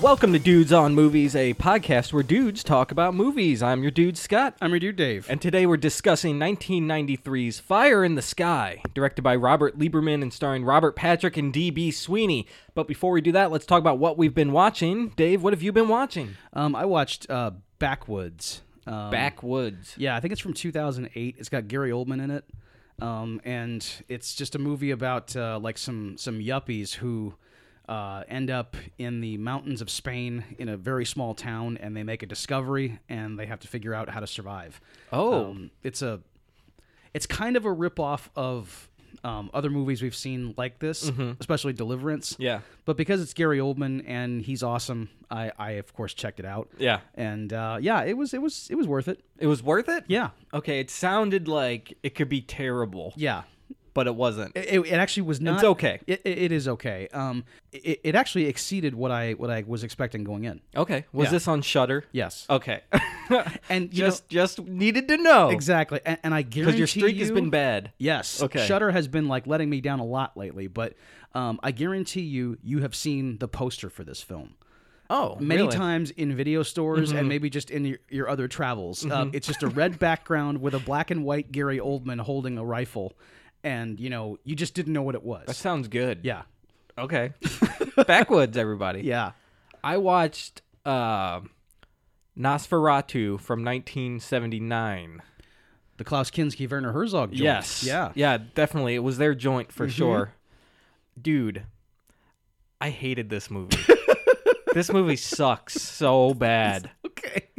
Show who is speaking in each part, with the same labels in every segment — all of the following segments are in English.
Speaker 1: Welcome to Dudes on Movies, a podcast where dudes talk about movies. I'm your dude, Scott.
Speaker 2: I'm your dude, Dave.
Speaker 1: And today we're discussing 1993's Fire in the Sky, directed by Robert Lieberman and starring Robert Patrick and D.B. Sweeney. But before we do that, let's talk about what we've been watching. Dave, what have you been watching?
Speaker 2: Um, I watched uh, Backwoods. Um,
Speaker 1: Backwoods.
Speaker 2: Yeah, I think it's from 2008. It's got Gary Oldman in it, um, and it's just a movie about uh, like some some yuppies who uh, end up in the mountains of Spain in a very small town, and they make a discovery, and they have to figure out how to survive.
Speaker 1: Oh.
Speaker 2: Um, it's a it's kind of a ripoff of um, other movies we've seen like this,
Speaker 1: Mm-hmm.
Speaker 2: especially Deliverance.
Speaker 1: Yeah.
Speaker 2: But because it's Gary Oldman and he's awesome, I, I of course checked it out.
Speaker 1: Yeah.
Speaker 2: And uh, yeah, it was it was it was worth it.
Speaker 1: It was worth it?
Speaker 2: Yeah.
Speaker 1: Okay, it sounded like it could be terrible,
Speaker 2: Yeah.
Speaker 1: but it wasn't.
Speaker 2: It, it, it actually was not.
Speaker 1: okay.
Speaker 2: It, it, it is okay. Um, it, it actually exceeded what I what I was expecting going in.
Speaker 1: Okay. Was
Speaker 2: Yeah.
Speaker 1: this on Shutter?
Speaker 2: Yes.
Speaker 1: Okay.
Speaker 2: And you
Speaker 1: Oh, just just needed to know.
Speaker 2: Exactly. And, and I guarantee
Speaker 1: Because your streak has
Speaker 2: you-
Speaker 1: been bad.
Speaker 2: Yes.
Speaker 1: Okay.
Speaker 2: Shutter has been like letting me down a lot lately, but um, I guarantee you, you have seen the poster for this film.
Speaker 1: Oh,
Speaker 2: many
Speaker 1: really? Mm-hmm.
Speaker 2: times in video stores and maybe just in your, your other travels. Uh, it's just a red background with a black and white Gary Oldman holding a rifle, and you know you just didn't know what it was.
Speaker 1: That sounds good.
Speaker 2: yeah,
Speaker 1: Okay. Backwoods, everybody.
Speaker 2: yeah.
Speaker 1: I watched uh, Nosferatu from 1979.
Speaker 2: The Klaus Kinski Werner Herzog. Joint.
Speaker 1: Yes.
Speaker 2: Yeah. Mm-hmm.
Speaker 1: Yeah, definitely. It was their joint for sure. Dude, I hated this movie. this movie sucks so bad.
Speaker 2: Okay.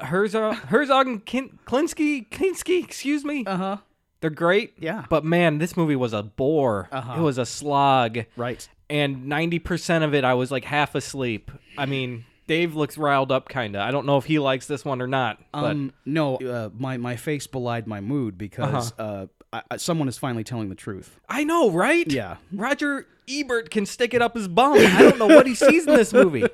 Speaker 1: Herzog, Herzog and Kin- Klinsky, Klinsky, excuse me.
Speaker 2: Uh huh.
Speaker 1: They're great.
Speaker 2: Yeah.
Speaker 1: But man, this movie was a bore.
Speaker 2: Uh-huh.
Speaker 1: It was a slog.
Speaker 2: Right.
Speaker 1: and 90% of it I was like half asleep. I mean, Dave looks riled up kind of. I don't know if he likes this one or not, but
Speaker 2: Um. No. Uh, my my face belied my mood because
Speaker 1: Uh-huh.
Speaker 2: uh I, I- someone is finally telling the truth.
Speaker 1: I know, right?
Speaker 2: Yeah.
Speaker 1: Roger Ebert can stick it up his bum. I don't know what he sees in this movie.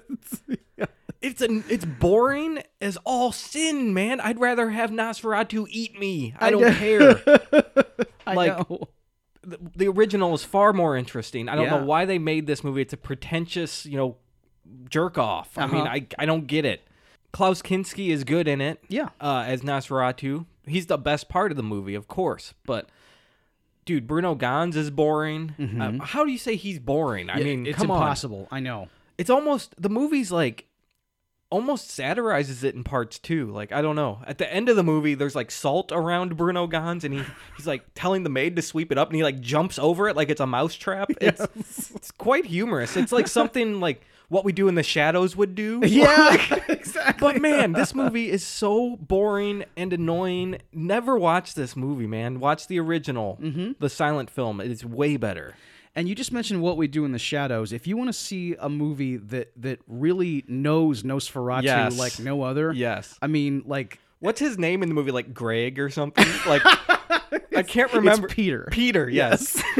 Speaker 1: It's an it's boring as all sin, man. I'd rather have Nosferatu eat me. I don't care.
Speaker 2: I
Speaker 1: Like-
Speaker 2: know.
Speaker 1: The, the original is far more interesting. I don't
Speaker 2: Yeah.
Speaker 1: know why they made this movie. It's a pretentious, you know, jerk off. I mean,
Speaker 2: Uh-huh.
Speaker 1: I I don't get it. Klaus Kinski is good in it.
Speaker 2: Yeah.
Speaker 1: uh, as Nosferatu. He's the best part of the movie, of course. But dude, Bruno Gans is boring. Uh, how do you say he's boring? I mean,
Speaker 2: Mm-hmm. it's
Speaker 1: come
Speaker 2: impossible. I know.
Speaker 1: on. It's almost the movie's like almost satirizes it in parts too. Like I don't know. At the end of the movie, there's like salt around Bruno Gans, and he he's like telling the maid to sweep it up, and he like jumps over it like it's a mousetrap. It's it's quite humorous. It's like something like what we do in the shadows would do.
Speaker 2: Yeah. exactly.
Speaker 1: But man, this movie is so boring and annoying. Never watch this movie, man. Watch the original,
Speaker 2: Mm-hmm.
Speaker 1: the silent film. It is way better.
Speaker 2: And you just mentioned what we do in the shadows. If you want to see a movie that that really knows Nosferatu
Speaker 1: Yes.
Speaker 2: like no other,
Speaker 1: Yes.
Speaker 2: I mean like
Speaker 1: What's his name in the movie? Like Greg or something? Like I can't remember.
Speaker 2: it's Peter.
Speaker 1: Peter, yes.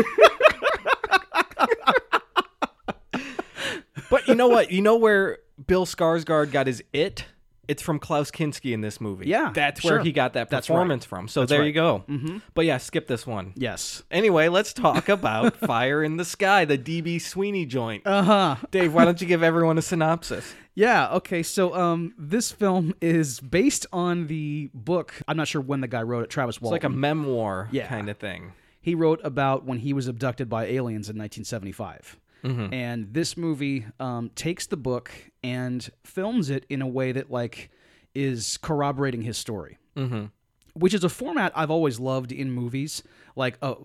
Speaker 1: but you know what? You know where Bill Skarsgård got his it? It's from Klaus Kinski in this movie.
Speaker 2: Yeah,
Speaker 1: that's where
Speaker 2: sure.
Speaker 1: he got that
Speaker 2: That's right.
Speaker 1: performance from. So there you
Speaker 2: right. Mm-hmm.
Speaker 1: go. But yeah, skip this one.
Speaker 2: yes.
Speaker 1: Anyway, let's talk about Fire in the Sky, the DB Sweeney joint.
Speaker 2: Uh huh.
Speaker 1: Dave, why don't you give everyone a synopsis?
Speaker 2: Yeah. Okay. So um, this film is based on the book. I'm not sure when the guy wrote it. Travis
Speaker 1: It's
Speaker 2: Walton.
Speaker 1: like a memoir
Speaker 2: Yeah.
Speaker 1: kind of thing.
Speaker 2: he wrote about when he was abducted by aliens in 1975.
Speaker 1: Mm-hmm.
Speaker 2: And this movie um, takes the book and films it in a way that like is corroborating his story, mm-hmm. which is a format I've always loved in movies, like uh,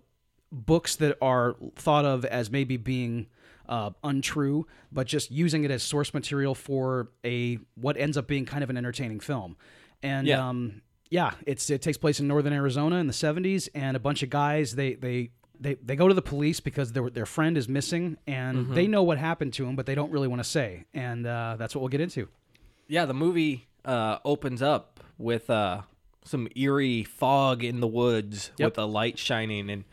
Speaker 2: books that are thought of as maybe being uh, untrue, but just using it as source material for a what ends up being kind of an entertaining film. And
Speaker 1: Yeah.
Speaker 2: um, yeah, it's it takes place in northern Arizona in the '70s, and a bunch of guys they they. They, they go to the police because their, their friend is missing and they know what happened to him, but they don't really want to say. And uh, that's what we'll get into.
Speaker 1: Yeah, the movie uh, opens up with uh, some eerie fog in the woods with a light shining. And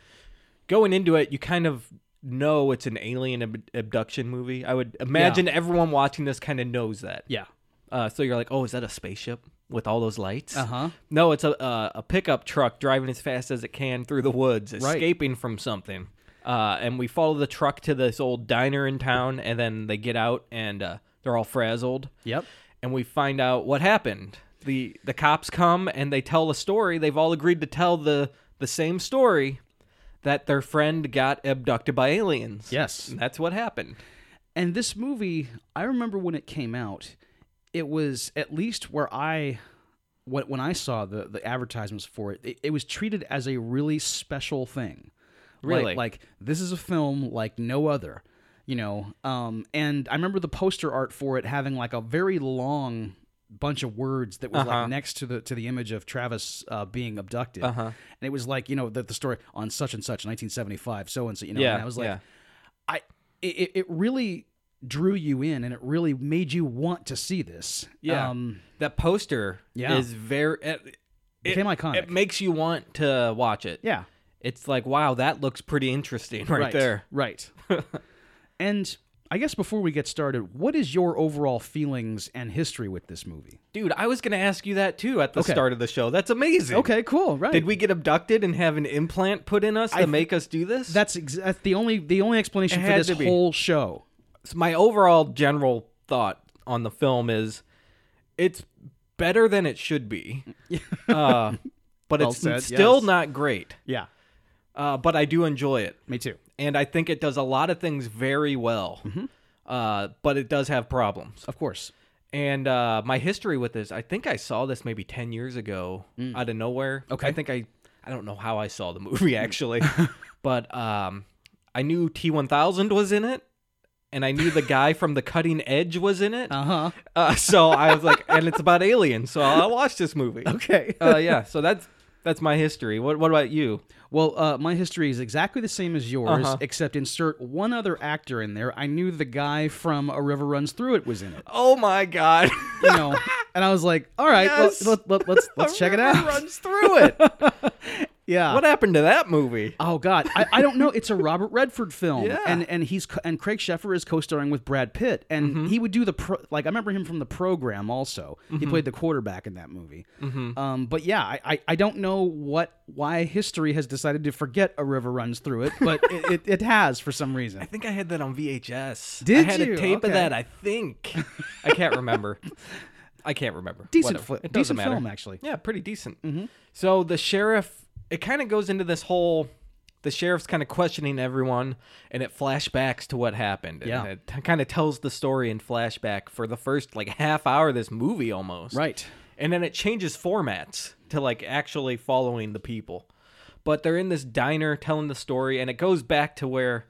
Speaker 1: going into it, you kind of know it's an alien ab- abduction movie. I would imagine everyone watching this kind of knows that.
Speaker 2: Yeah.
Speaker 1: Uh, so you're like, oh, is that a spaceship with all those lights?
Speaker 2: Uh-huh.
Speaker 1: No, it's a uh, a pickup truck driving as fast as it can through the woods,
Speaker 2: Right.
Speaker 1: escaping from something. Uh, and we follow the truck to this old diner in town, and then they get out, and uh, They're all frazzled,
Speaker 2: Yep.
Speaker 1: and we find out what happened. the The cops come and they tell a story. They've all agreed to tell the the same story that their friend got abducted by aliens.
Speaker 2: Yes.
Speaker 1: And that's what happened.
Speaker 2: And this movie, I remember when it came out, it was at least where I when when I saw the the advertisements for it, it, it was treated as a really special thing. Like-
Speaker 1: Really?
Speaker 2: Like, this is a film like no other, you know. Um and I remember the poster art for it having like a very long bunch of words that was
Speaker 1: Uh-huh.
Speaker 2: like next to the to the image of Travis uh, being abducted.
Speaker 1: Uh-huh.
Speaker 2: And it was like, you know, the, the story on such and such 1975 so and so, you know,
Speaker 1: yeah.
Speaker 2: and I was like
Speaker 1: yeah.
Speaker 2: I it- it, it really drew you in and it really made you want to see this.
Speaker 1: Yeah.
Speaker 2: Um
Speaker 1: that poster
Speaker 2: Yeah.
Speaker 1: is eh, very. It, it,
Speaker 2: became iconic.
Speaker 1: it makes you want to watch it.
Speaker 2: yeah.
Speaker 1: It's like, wow, that looks pretty interesting right, there.
Speaker 2: Right. and I guess before we get started, what is your overall feelings and history with this movie?
Speaker 1: Dude, I was going to ask you that too at the
Speaker 2: Okay.
Speaker 1: start of the show. That's amazing.
Speaker 2: Okay, cool. Right.
Speaker 1: Did we get abducted and have an implant put in us to make us do this?
Speaker 2: that's, ex- that's the only the only explanation
Speaker 1: It
Speaker 2: for
Speaker 1: had
Speaker 2: this
Speaker 1: to be.
Speaker 2: whole show.
Speaker 1: So my overall general thought on the film is it's better than it should be. uh, but
Speaker 2: Well
Speaker 1: it's
Speaker 2: said,
Speaker 1: still
Speaker 2: yes.
Speaker 1: not great.
Speaker 2: Yeah.
Speaker 1: Uh, but I do enjoy it.
Speaker 2: Me too.
Speaker 1: and I think it does a lot of things very well.
Speaker 2: Mm-hmm.
Speaker 1: Uh, but it does have problems.
Speaker 2: Of course.
Speaker 1: And uh, my history with this, I think I saw this maybe ten years ago out of nowhere.
Speaker 2: Mm. Okay. Mm.
Speaker 1: I think I I don't know how I saw the movie actually, but um, I knew T one thousand was in it, and I knew the guy from The Cutting Edge was in it.
Speaker 2: Uh-huh.
Speaker 1: Uh, so I was like, and it's about aliens, so I'll watch this movie.
Speaker 2: Okay.
Speaker 1: Uh, yeah. So that's that's my history. What What about you?
Speaker 2: Well, uh, my history is exactly the same as yours,
Speaker 1: Uh-huh.
Speaker 2: except insert one other actor in there. I knew the guy from A River Runs Through It was in it,
Speaker 1: Oh my god.
Speaker 2: you know, and I was like, "All right,
Speaker 1: Yes.
Speaker 2: let, let, let, us let's check it
Speaker 1: River
Speaker 2: out."
Speaker 1: Runs through it.
Speaker 2: Yeah.
Speaker 1: What happened to that movie?
Speaker 2: Oh God, I, I don't know. It's a Robert Redford film,
Speaker 1: Yeah.
Speaker 2: and and he's co- and Craig Sheffer is co-starring with Brad Pitt, and
Speaker 1: Mm-hmm.
Speaker 2: he would do the pro, like I remember him from the program also. He
Speaker 1: Mm-hmm.
Speaker 2: played the quarterback in that movie. Um, but yeah, I, I I don't know what why history has decided to forget a river runs through it, but it, it, it has for some reason.
Speaker 1: I think I had that on VHS.
Speaker 2: Did
Speaker 1: I had
Speaker 2: you?
Speaker 1: a tape
Speaker 2: Okay.
Speaker 1: of that, I think. I can't remember. I can't remember.
Speaker 2: Decent,
Speaker 1: Whatever.
Speaker 2: fli-
Speaker 1: It doesn't
Speaker 2: decent
Speaker 1: matter.
Speaker 2: film actually.
Speaker 1: Yeah, pretty decent.
Speaker 2: Mm-hmm.
Speaker 1: So the sheriff, it kind of goes into this whole. The sheriff's kind of questioning everyone, and it flashbacks to what happened.
Speaker 2: Yeah.
Speaker 1: and it kind of tells the story in flashback for the first like half hour of this movie almost.
Speaker 2: Right.
Speaker 1: and then it changes formats to like actually following the people but they're in this diner telling the story and it goes back to where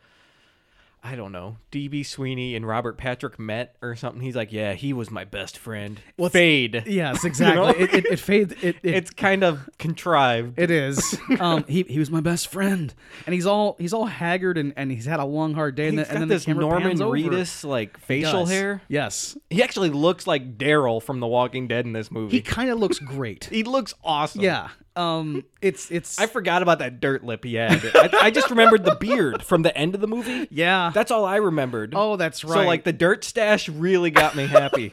Speaker 1: i don't know db sweeney and robert patrick met or something he's like yeah he was my best friend fade
Speaker 2: Yes, exactly. it, it, it fades. It, it,
Speaker 1: it's kind of contrived
Speaker 2: It is. Um, he he was my best friend, and he's all he's all haggard and, and he's had a long hard day. And,
Speaker 1: He's
Speaker 2: the,
Speaker 1: got
Speaker 2: and then the
Speaker 1: this
Speaker 2: camera
Speaker 1: norman
Speaker 2: pans over.
Speaker 1: reedus like
Speaker 2: He
Speaker 1: facial
Speaker 2: does.
Speaker 1: hair
Speaker 2: Yes,
Speaker 1: he actually looks like daryl from the walking dead in this movie
Speaker 2: he kind of looks great.
Speaker 1: he looks awesome
Speaker 2: yeah. Um. It's it's.
Speaker 1: i forgot about that dirt lip he had I, I just remembered the beard from the end of the movie
Speaker 2: yeah.
Speaker 1: That's all I remembered.
Speaker 2: oh, that's right.
Speaker 1: So like the dirt stash really got me happy.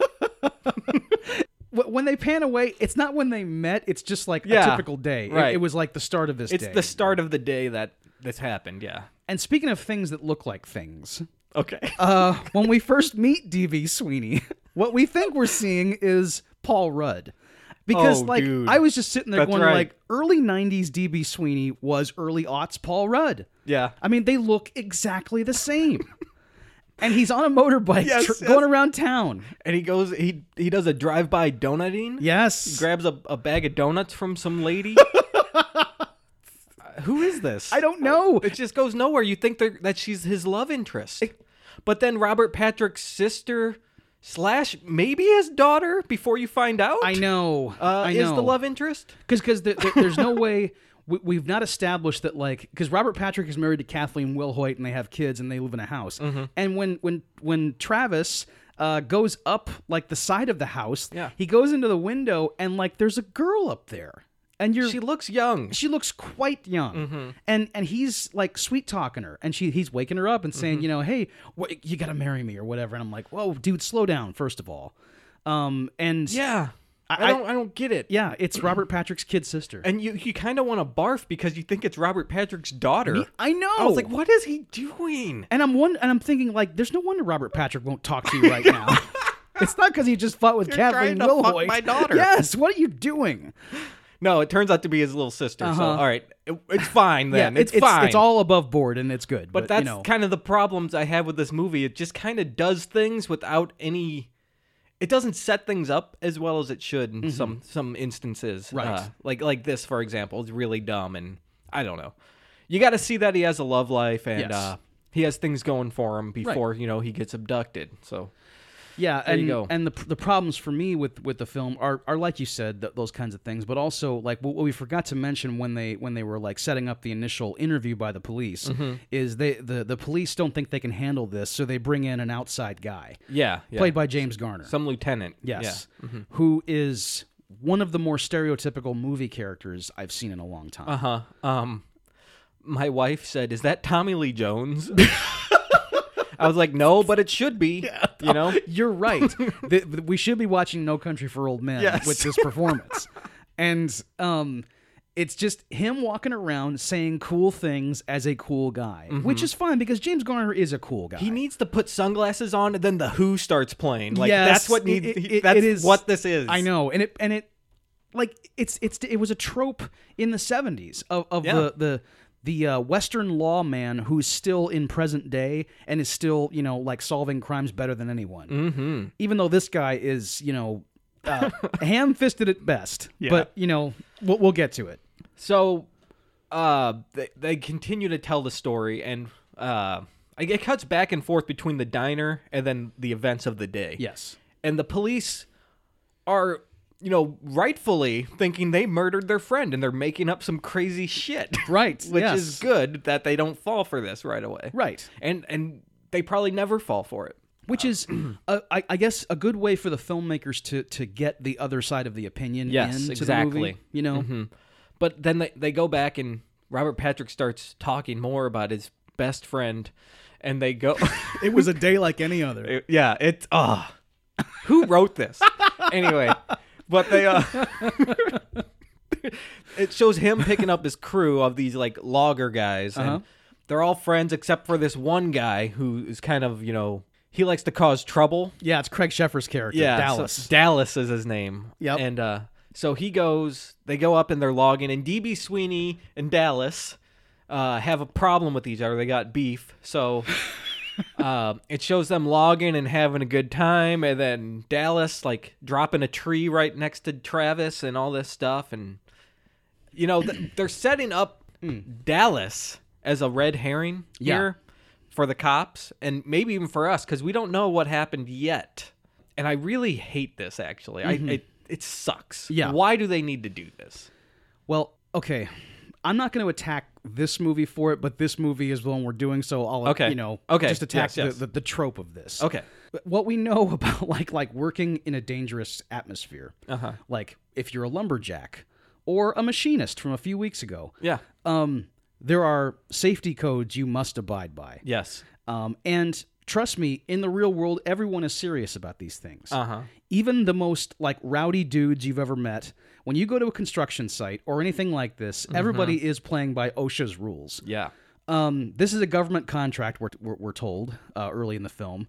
Speaker 2: Wh- when they pan away, it's not when they met. It's just like a
Speaker 1: Yeah,
Speaker 2: typical day. It- It,
Speaker 1: right.
Speaker 2: was like the start of this
Speaker 1: it's
Speaker 2: day.
Speaker 1: the start of the day that this happened. Yeah.
Speaker 2: and speaking of things that look like things,
Speaker 1: Okay.
Speaker 2: uh, when we first meet DV Sweeney, what we think we're seeing is Paul Rudd. Because
Speaker 1: Oh,
Speaker 2: like
Speaker 1: dude.
Speaker 2: I was just sitting there
Speaker 1: That's
Speaker 2: going
Speaker 1: right.
Speaker 2: like early 90s DB Sweeney was early aughts Paul Rudd.
Speaker 1: yeah.
Speaker 2: I mean they look exactly the same. and he's on a motorbike
Speaker 1: Yes,
Speaker 2: tr-
Speaker 1: yes.
Speaker 2: going around town.
Speaker 1: And he goes. He he does a drive by donuting.
Speaker 2: Yes.
Speaker 1: Grabs a, a bag of donuts from some lady. Uh, Who is this?
Speaker 2: I don't know.
Speaker 1: It just goes nowhere. You think they're- that she's his love interest, but then Robert Patrick's sister slash maybe his daughter. Before you find out,
Speaker 2: I know.
Speaker 1: Uh,
Speaker 2: I
Speaker 1: is
Speaker 2: know.
Speaker 1: the love interest.
Speaker 2: because because the, the- there's no way we, we've not established that like because Robert Patrick is married to Kathleen Wilhoit and they have kids and they live in a house
Speaker 1: Mm-hmm.
Speaker 2: and when when when Travis. Uh, goes up like the side of the house.
Speaker 1: Yeah.
Speaker 2: He goes into the window and like there's a girl up there, and you're
Speaker 1: She Mm-hmm.
Speaker 2: she,
Speaker 1: looks young.
Speaker 2: looks quite young, and and he's like sweet talking her, and she he's waking her up and saying
Speaker 1: Mm-hmm.
Speaker 2: you know hey wha- you gotta marry me or whatever, and I'm like whoa dude slow down first of all, um and
Speaker 1: Yeah. I,
Speaker 2: I-
Speaker 1: don't. I don't get it.
Speaker 2: yeah it's Robert Patrick's kid sister
Speaker 1: and you you kind of want to barf because you think it's Robert Patrick's daughter.
Speaker 2: I know
Speaker 1: I was like, what is he doing?
Speaker 2: And I'm one, and I'm thinking like, there's no wonder Robert Patrick won't talk to you right now. It's not because he just fought with
Speaker 1: You're
Speaker 2: Kathleen
Speaker 1: trying to fuck
Speaker 2: Wilhoit.
Speaker 1: my daughter.
Speaker 2: Yes. What are you doing?
Speaker 1: No, it turns out to be his little sister. So
Speaker 2: Uh-huh.
Speaker 1: all right, it- it's fine then. it's,
Speaker 2: it's,
Speaker 1: fine.
Speaker 2: It's all above board and it's good. But,
Speaker 1: But that's
Speaker 2: you know,
Speaker 1: kind of the problems I have with this movie. It just kind of does things without any. It doesn't set things up as well as it should in some some instances.
Speaker 2: Mm-hmm.
Speaker 1: Uh,
Speaker 2: Right.
Speaker 1: like like this, for example, is really dumb, and I don't know. You got to see that he has a love life and
Speaker 2: Yes.
Speaker 1: uh, he has things going for him before you know he gets abducted. So
Speaker 2: Yeah,
Speaker 1: you
Speaker 2: and
Speaker 1: go.
Speaker 2: and the the problems for me with with the film are are like you said th- those kinds of things, but also like what what we forgot to mention when they when they were like setting up the initial interview by the police
Speaker 1: Mm-hmm.
Speaker 2: is they the the police don't think they can handle this, so they bring in an outside guy
Speaker 1: yeah, yeah.
Speaker 2: played by James Garner,
Speaker 1: some lieutenant.
Speaker 2: yes,
Speaker 1: Mm-hmm.
Speaker 2: who is one of the more stereotypical movie characters I've seen in a long time.
Speaker 1: Uh huh. Um, my wife said, "Is that Tommy Lee Jones?" I was like, "No, but it should be." You know.
Speaker 2: You're right. The- the- we should be watching No Country for Old Men
Speaker 1: Yes.
Speaker 2: with this performance. and um it's just him walking around saying cool things as a cool guy, which is fine because James Garner is a cool guy.
Speaker 1: Mm-hmm. He needs to put sunglasses on, and then the Who starts playing. Like
Speaker 2: Yes,
Speaker 1: that's what needs.
Speaker 2: it- it- it-
Speaker 1: that's
Speaker 2: it is-
Speaker 1: what this is.
Speaker 2: I know, and it and it like it's it's it was a trope in the 70s of of
Speaker 1: Yeah.
Speaker 2: the the the uh, Western lawman who's still in present day and is still you know like solving crimes better than anyone.
Speaker 1: Mm-hmm.
Speaker 2: even though this guy is, you know, uh, ham fisted at best. But, you know, we'll, we'll get to it.
Speaker 1: So, uh, they, they continue to tell the story, and uh, it it cuts back and forth between the diner and then the events of the day.
Speaker 2: Yes.
Speaker 1: and the police are you know rightfully thinking they murdered their friend and they're making up some crazy shit
Speaker 2: Right.
Speaker 1: which
Speaker 2: yes.
Speaker 1: is good that they don't fall for this right away
Speaker 2: Right.
Speaker 1: and and they probably never fall for it
Speaker 2: Which is, uh, I, I guess, a good way for the filmmakers to, to get the other side of the opinion.
Speaker 1: Yes,
Speaker 2: into The
Speaker 1: exactly. Mm-hmm.
Speaker 2: movie, you know,
Speaker 1: but then they, they go back and robert patrick starts talking more about his best friend and they go
Speaker 2: it was a day like any other.
Speaker 1: yeah it uh who wrote this anyway but they uh it shows him picking up his crew of these like logger guys and they're all friends except for this one guy who is kind of you know he likes to cause trouble
Speaker 2: Yeah, it's Craig Sheffer's character,
Speaker 1: so
Speaker 2: Dallas.
Speaker 1: Dallas is his name.
Speaker 2: Yep.
Speaker 1: And uh, so he goes. They go up and they're logging, and DB Sweeney and Dallas uh, have a problem with each other. They got beef. So. uh, it shows them logging and having a good time, and then Dallas like dropping a tree right next to Travis and all this stuff, and you know th- they're setting up Dallas as a red herring
Speaker 2: Hmm. Yeah.
Speaker 1: here for the cops and maybe even for us because we don't know what happened yet. And I really hate this. Actually, I it, it sucks.
Speaker 2: Yeah.
Speaker 1: Why do they need to do this?
Speaker 2: Well, okay. I'm not going to attack this movie for it, but this movie is the one we're doing, so I'll,
Speaker 1: Okay.
Speaker 2: you know,
Speaker 1: Okay.
Speaker 2: just attack
Speaker 1: Yes,
Speaker 2: the,
Speaker 1: yes.
Speaker 2: The, the trope of this.
Speaker 1: Okay.
Speaker 2: But what we know about like like working in a dangerous atmosphere uh-huh. like if you're a lumberjack or a machinist from a few weeks ago
Speaker 1: Yeah.
Speaker 2: um there are safety codes you must abide by
Speaker 1: Yes.
Speaker 2: um and trust me in the real world everyone is serious about these things
Speaker 1: Uh huh.
Speaker 2: even the most like rowdy dudes you've ever met when you go to a construction site or anything like this everybody is playing by osha's rules
Speaker 1: Yeah.
Speaker 2: um, this is a government contract, we're, we're, we're told uh, early in the film.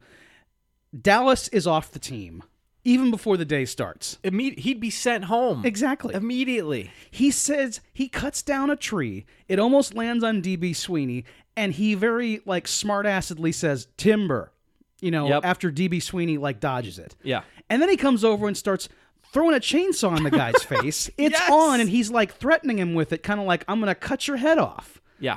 Speaker 2: Dallas is off the team even before the day starts.
Speaker 1: Imme- he'd be sent home
Speaker 2: Exactly.
Speaker 1: immediately.
Speaker 2: He says he cuts down a tree. It almost lands on DB Sweeney, and he very like smart assedly says timber, you know,
Speaker 1: Yep.
Speaker 2: after DB Sweeney like dodges it.
Speaker 1: Yeah.
Speaker 2: And then he comes over and starts throwing a chainsaw in the guy's face. It's
Speaker 1: Yes!
Speaker 2: on, and he's like threatening him with it, kind of like, I'm going to cut your head off. Uh,
Speaker 1: Yeah.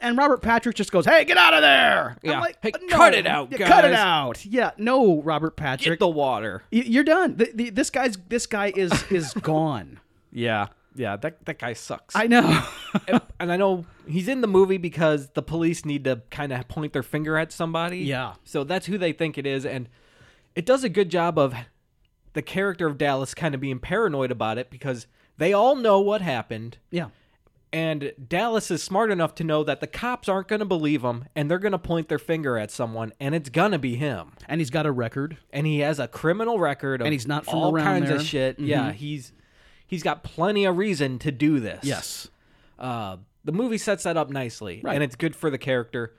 Speaker 2: And Robert Patrick just goes, "Hey, get out of there!"
Speaker 1: Yeah.
Speaker 2: I'm like, "Uh,
Speaker 1: Hey,
Speaker 2: "No,
Speaker 1: cut it out,
Speaker 2: yeah, Cut it
Speaker 1: guys."
Speaker 2: out! Yeah, no, Robert
Speaker 1: Get
Speaker 2: Patrick,
Speaker 1: the water.
Speaker 2: y- you're done. Th- th- this guy's this guy is is gone.
Speaker 1: Yeah. Yeah. That that guy sucks.
Speaker 2: I know.
Speaker 1: and, and I know he's in the movie because the police need to kind of point their finger at somebody.
Speaker 2: Yeah.
Speaker 1: So that's who they think it is. And it does a good job of the character of Dallas kind of being paranoid about it because they all know what happened.
Speaker 2: yeah,
Speaker 1: And Dallas is smart enough to know that the cops aren't going to believe him and they're going to point their finger at someone and it's going to be him.
Speaker 2: and he's got a record.
Speaker 1: And he has a criminal record of
Speaker 2: And he's not from
Speaker 1: all
Speaker 2: around
Speaker 1: kinds
Speaker 2: there. Mm-hmm.
Speaker 1: of shit. Yeah. He's. He's got plenty of reason to do this
Speaker 2: Yes,
Speaker 1: uh, the movie sets that up nicely, and it's good for the character.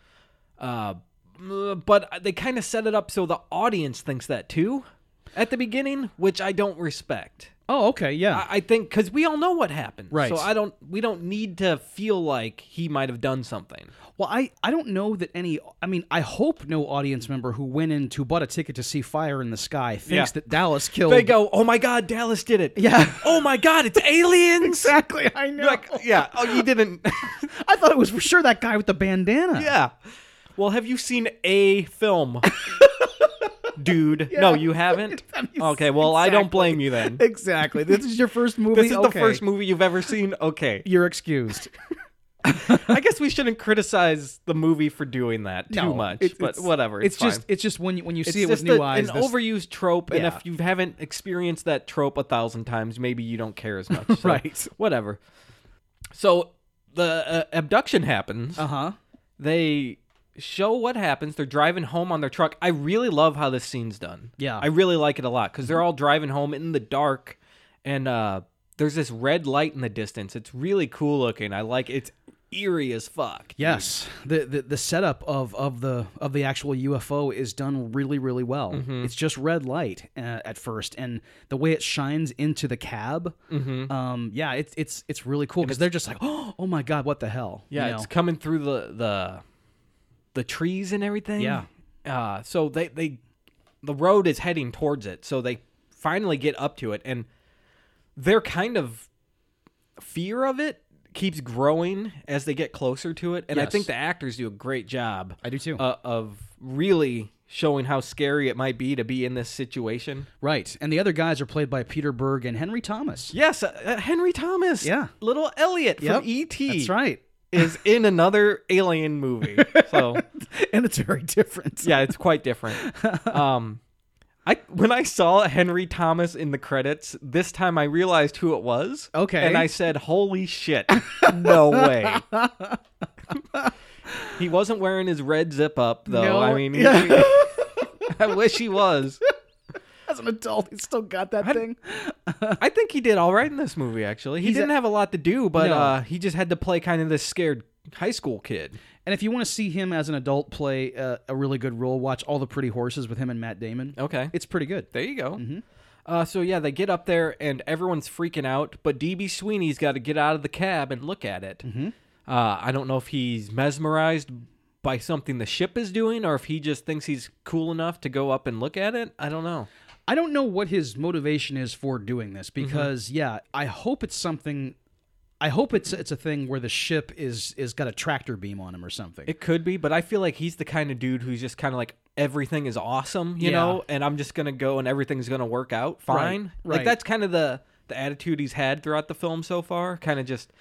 Speaker 1: Uh, mm, but they kind of set it up so the audience thinks that too. at the beginning, which I don't respect.
Speaker 2: Oh, okay, yeah.
Speaker 1: I, I think because we all know what happened,
Speaker 2: Right.
Speaker 1: So I don't. We don't need to feel like he might have done something.
Speaker 2: Well, I, I don't know that any. I mean, I hope no audience member who went in to bought a ticket to see Fire in the Sky thinks
Speaker 1: Yeah.
Speaker 2: that Dallas killed.
Speaker 1: They go, "Oh my God, Dallas did it!"
Speaker 2: Yeah.
Speaker 1: Oh my God, it's aliens.
Speaker 2: Exactly, I know.
Speaker 1: Like, yeah. Oh, you didn't.
Speaker 2: I thought it was for sure that guy with the bandana.
Speaker 1: yeah. Well, have you seen a film, dude? No, you haven't.
Speaker 2: I mean,
Speaker 1: okay. Well, I don't blame you then.
Speaker 2: exactly. This is your first movie.
Speaker 1: This is the
Speaker 2: Okay.
Speaker 1: first movie you've ever seen. Okay.
Speaker 2: You're excused.
Speaker 1: I guess we shouldn't criticize the movie for doing that too
Speaker 2: No,
Speaker 1: much,
Speaker 2: it's-
Speaker 1: but
Speaker 2: it's-
Speaker 1: whatever. It's,
Speaker 2: It's, just
Speaker 1: fine.
Speaker 2: it's just when you, when you see it
Speaker 1: It's
Speaker 2: with
Speaker 1: just
Speaker 2: new
Speaker 1: a-
Speaker 2: eyes.
Speaker 1: an
Speaker 2: this-
Speaker 1: overused trope, and
Speaker 2: Yeah.
Speaker 1: if you haven't experienced that trope a thousand times, maybe you don't care as much. So,
Speaker 2: Right.
Speaker 1: Whatever. So the uh, abduction happens.
Speaker 2: uh-huh.
Speaker 1: They show what happens. They're driving home on their truck. I really love how this scene's done.
Speaker 2: Yeah.
Speaker 1: I really like it a lot because they're all driving home in the dark, and uh, there's this red light in the distance. It's really cool looking. I like it's eerie as fuck. dude.
Speaker 2: Yes, the, the the setup of of the of the actual UFO is done really really well. It's just red light uh, at first, and the way it shines into the cab, um, yeah, it's it's it's really cool because they're just like, oh, oh my god, what the hell? you
Speaker 1: Yeah,
Speaker 2: know?
Speaker 1: it's coming through the the the trees and everything.
Speaker 2: Yeah.
Speaker 1: Uh so they they the road is heading towards it. So they finally get up to it and their kind of fear of it keeps growing as they get closer to it and I
Speaker 2: Yes.
Speaker 1: think the actors do a great job
Speaker 2: I do too.
Speaker 1: uh, of really showing how scary it might be to be in this situation.
Speaker 2: right, and the other guys are played by Peter Berg and Henry Thomas.
Speaker 1: Yes, uh, uh, Henry Thomas.
Speaker 2: Yeah.
Speaker 1: Little Elliot
Speaker 2: Yep,
Speaker 1: from ET
Speaker 2: That's right,
Speaker 1: is in another alien movie. So
Speaker 2: and it's very different.
Speaker 1: yeah, it's quite different. Um, I when I saw Henry Thomas in the credits this time, I realized who it was.
Speaker 2: Okay.
Speaker 1: and I said, "Holy shit! No way." he wasn't wearing his red zip up though.
Speaker 2: No.
Speaker 1: I mean, he-
Speaker 2: Yeah.
Speaker 1: I wish he was.
Speaker 2: as an adult, he's still got that thing.
Speaker 1: I think he did all right in this movie. Actually, he
Speaker 2: He's a-
Speaker 1: didn't have a lot to do, but
Speaker 2: No.
Speaker 1: uh, he just had to play kind of this scared high school kid.
Speaker 2: And if you want to see him as an adult play uh, a really good role, watch All the Pretty Horses with him and Matt Damon.
Speaker 1: Okay,
Speaker 2: It's pretty good.
Speaker 1: There you go. Uh, so yeah, they get up there and everyone's freaking out, but DB Sweeney's got to get out of the cab and look at it. Uh, I don't know if he's mesmerized by something the ship is doing, or if he just thinks he's cool enough to go up and look at it. I don't know.
Speaker 2: I don't know what his motivation is for doing this
Speaker 1: Mm-hmm.
Speaker 2: because yeah, I hope it's something I hope it's it's a thing where the ship is is got a tractor beam on him or something.
Speaker 1: It could be, but I feel like he's the kind of dude who's just kind of like everything is awesome, you
Speaker 2: Yeah.
Speaker 1: know, and I'm just gonna go and everything's gonna work out fine. Like
Speaker 2: right.
Speaker 1: that's kind of the the attitude he's had throughout the film so far. Kind of just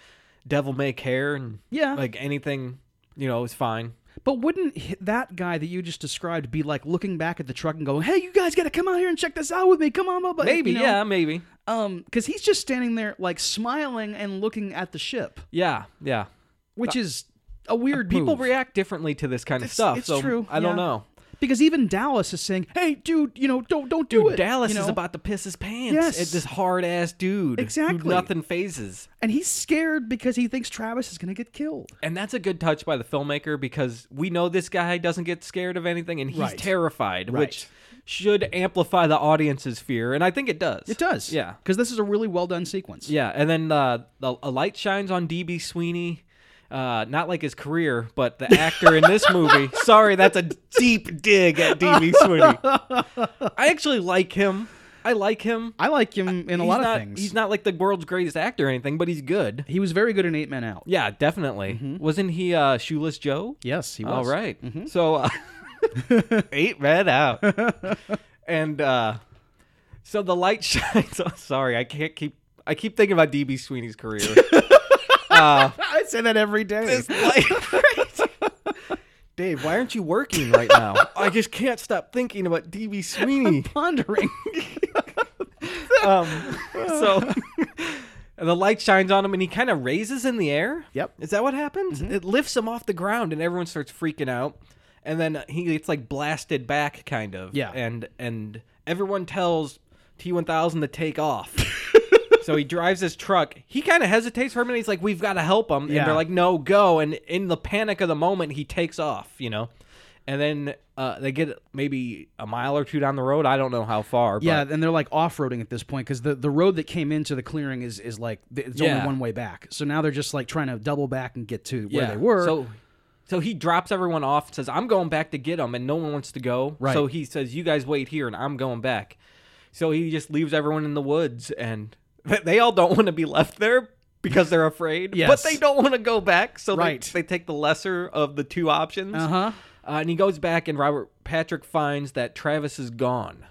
Speaker 1: devil may care and
Speaker 2: Yeah.
Speaker 1: like anything, you know, is fine.
Speaker 2: but wouldn't h- that guy that you just described be like looking back at the truck and going, "Hey, you guys got to come out here and check this out with me. Come on, blah, blah," you
Speaker 1: Maybe,
Speaker 2: know?
Speaker 1: yeah, maybe.
Speaker 2: Um cuz he's just standing there like smiling and looking at the ship,
Speaker 1: Yeah, yeah.
Speaker 2: which is a weird
Speaker 1: People
Speaker 2: move.
Speaker 1: react differently to this kind of Uh, stuff.
Speaker 2: it's
Speaker 1: so
Speaker 2: true,
Speaker 1: I don't
Speaker 2: yeah.
Speaker 1: know.
Speaker 2: because even Dallas is saying, "Hey, dude, you know, don't don't do
Speaker 1: Dude,
Speaker 2: it."
Speaker 1: Dallas
Speaker 2: you know?
Speaker 1: is about to piss his pants
Speaker 2: Yes.
Speaker 1: at this hard ass dude. who
Speaker 2: Exactly.
Speaker 1: nothing phases.
Speaker 2: and he's scared because he thinks Travis is going to get killed.
Speaker 1: And that's a good touch by the filmmaker because we know this guy doesn't get scared of anything and he's
Speaker 2: Right.
Speaker 1: terrified, which
Speaker 2: Right.
Speaker 1: should amplify the audience's fear. And I think it does.
Speaker 2: It does.
Speaker 1: Yeah.
Speaker 2: Because this is a really well done sequence.
Speaker 1: Yeah, and then uh, the, a light shines on DB Sweeney. Uh, not like his career, but the actor in this movie. Sorry, that's a deep dig at DB Sweeney. I actually like him. I like him
Speaker 2: I like him in a
Speaker 1: Uh, He's
Speaker 2: lot
Speaker 1: not-
Speaker 2: of things.
Speaker 1: He's not like the world's greatest actor or anything, but he's good.
Speaker 2: He was very good in Eight Men Out.
Speaker 1: Yeah, definitely.
Speaker 2: Mm-hmm.
Speaker 1: Wasn't he uh, Shoeless Joe?
Speaker 2: Yes, he was.
Speaker 1: All right. So uh, eight men out, and uh, so the light shines. Oh, sorry, I can't keep. I keep thinking about DB Sweeney's career.
Speaker 2: I say that every day.
Speaker 1: It's like- Dave, why aren't you working right now? I just can't stop thinking about DB Sweeney.
Speaker 2: Pondering.
Speaker 1: Um, so and the light shines on him, and he kind of raises in the air.
Speaker 2: Yep. Mm-hmm.
Speaker 1: Is that what happens? It lifts him off the ground, and everyone starts freaking out. And then he gets like blasted back, kind of.
Speaker 2: Yeah.
Speaker 1: And and everyone tells T1000 to take off. so he drives his truck. He kind of hesitates for a minute. He's like, "We've got to help him," and
Speaker 2: Yeah.
Speaker 1: they're like, "No, go!" And in the panic of the moment, he takes off. You know. and then uh, they get maybe a mile or two down the road. I don't know how far.
Speaker 2: Yeah,
Speaker 1: but,
Speaker 2: and they're like off roading at this point because the, the road that came into the clearing is is like th- it's
Speaker 1: Yeah.
Speaker 2: only one way back. So now they're just like trying to double back and get to where
Speaker 1: yeah.
Speaker 2: they were.
Speaker 1: So, so he drops everyone off. Says, "I'm going back to get them," and no one wants to go.
Speaker 2: Right.
Speaker 1: So he says, "You guys wait here, and I'm going back." So he just leaves everyone in the woods, and they all don't want to be left there because they're afraid.
Speaker 2: Yes.
Speaker 1: But they don't want to go back, so
Speaker 2: Right.
Speaker 1: they, they take the lesser of the two options.
Speaker 2: uh huh.
Speaker 1: Uh, and he goes back, and Robert Patrick finds that Travis is gone.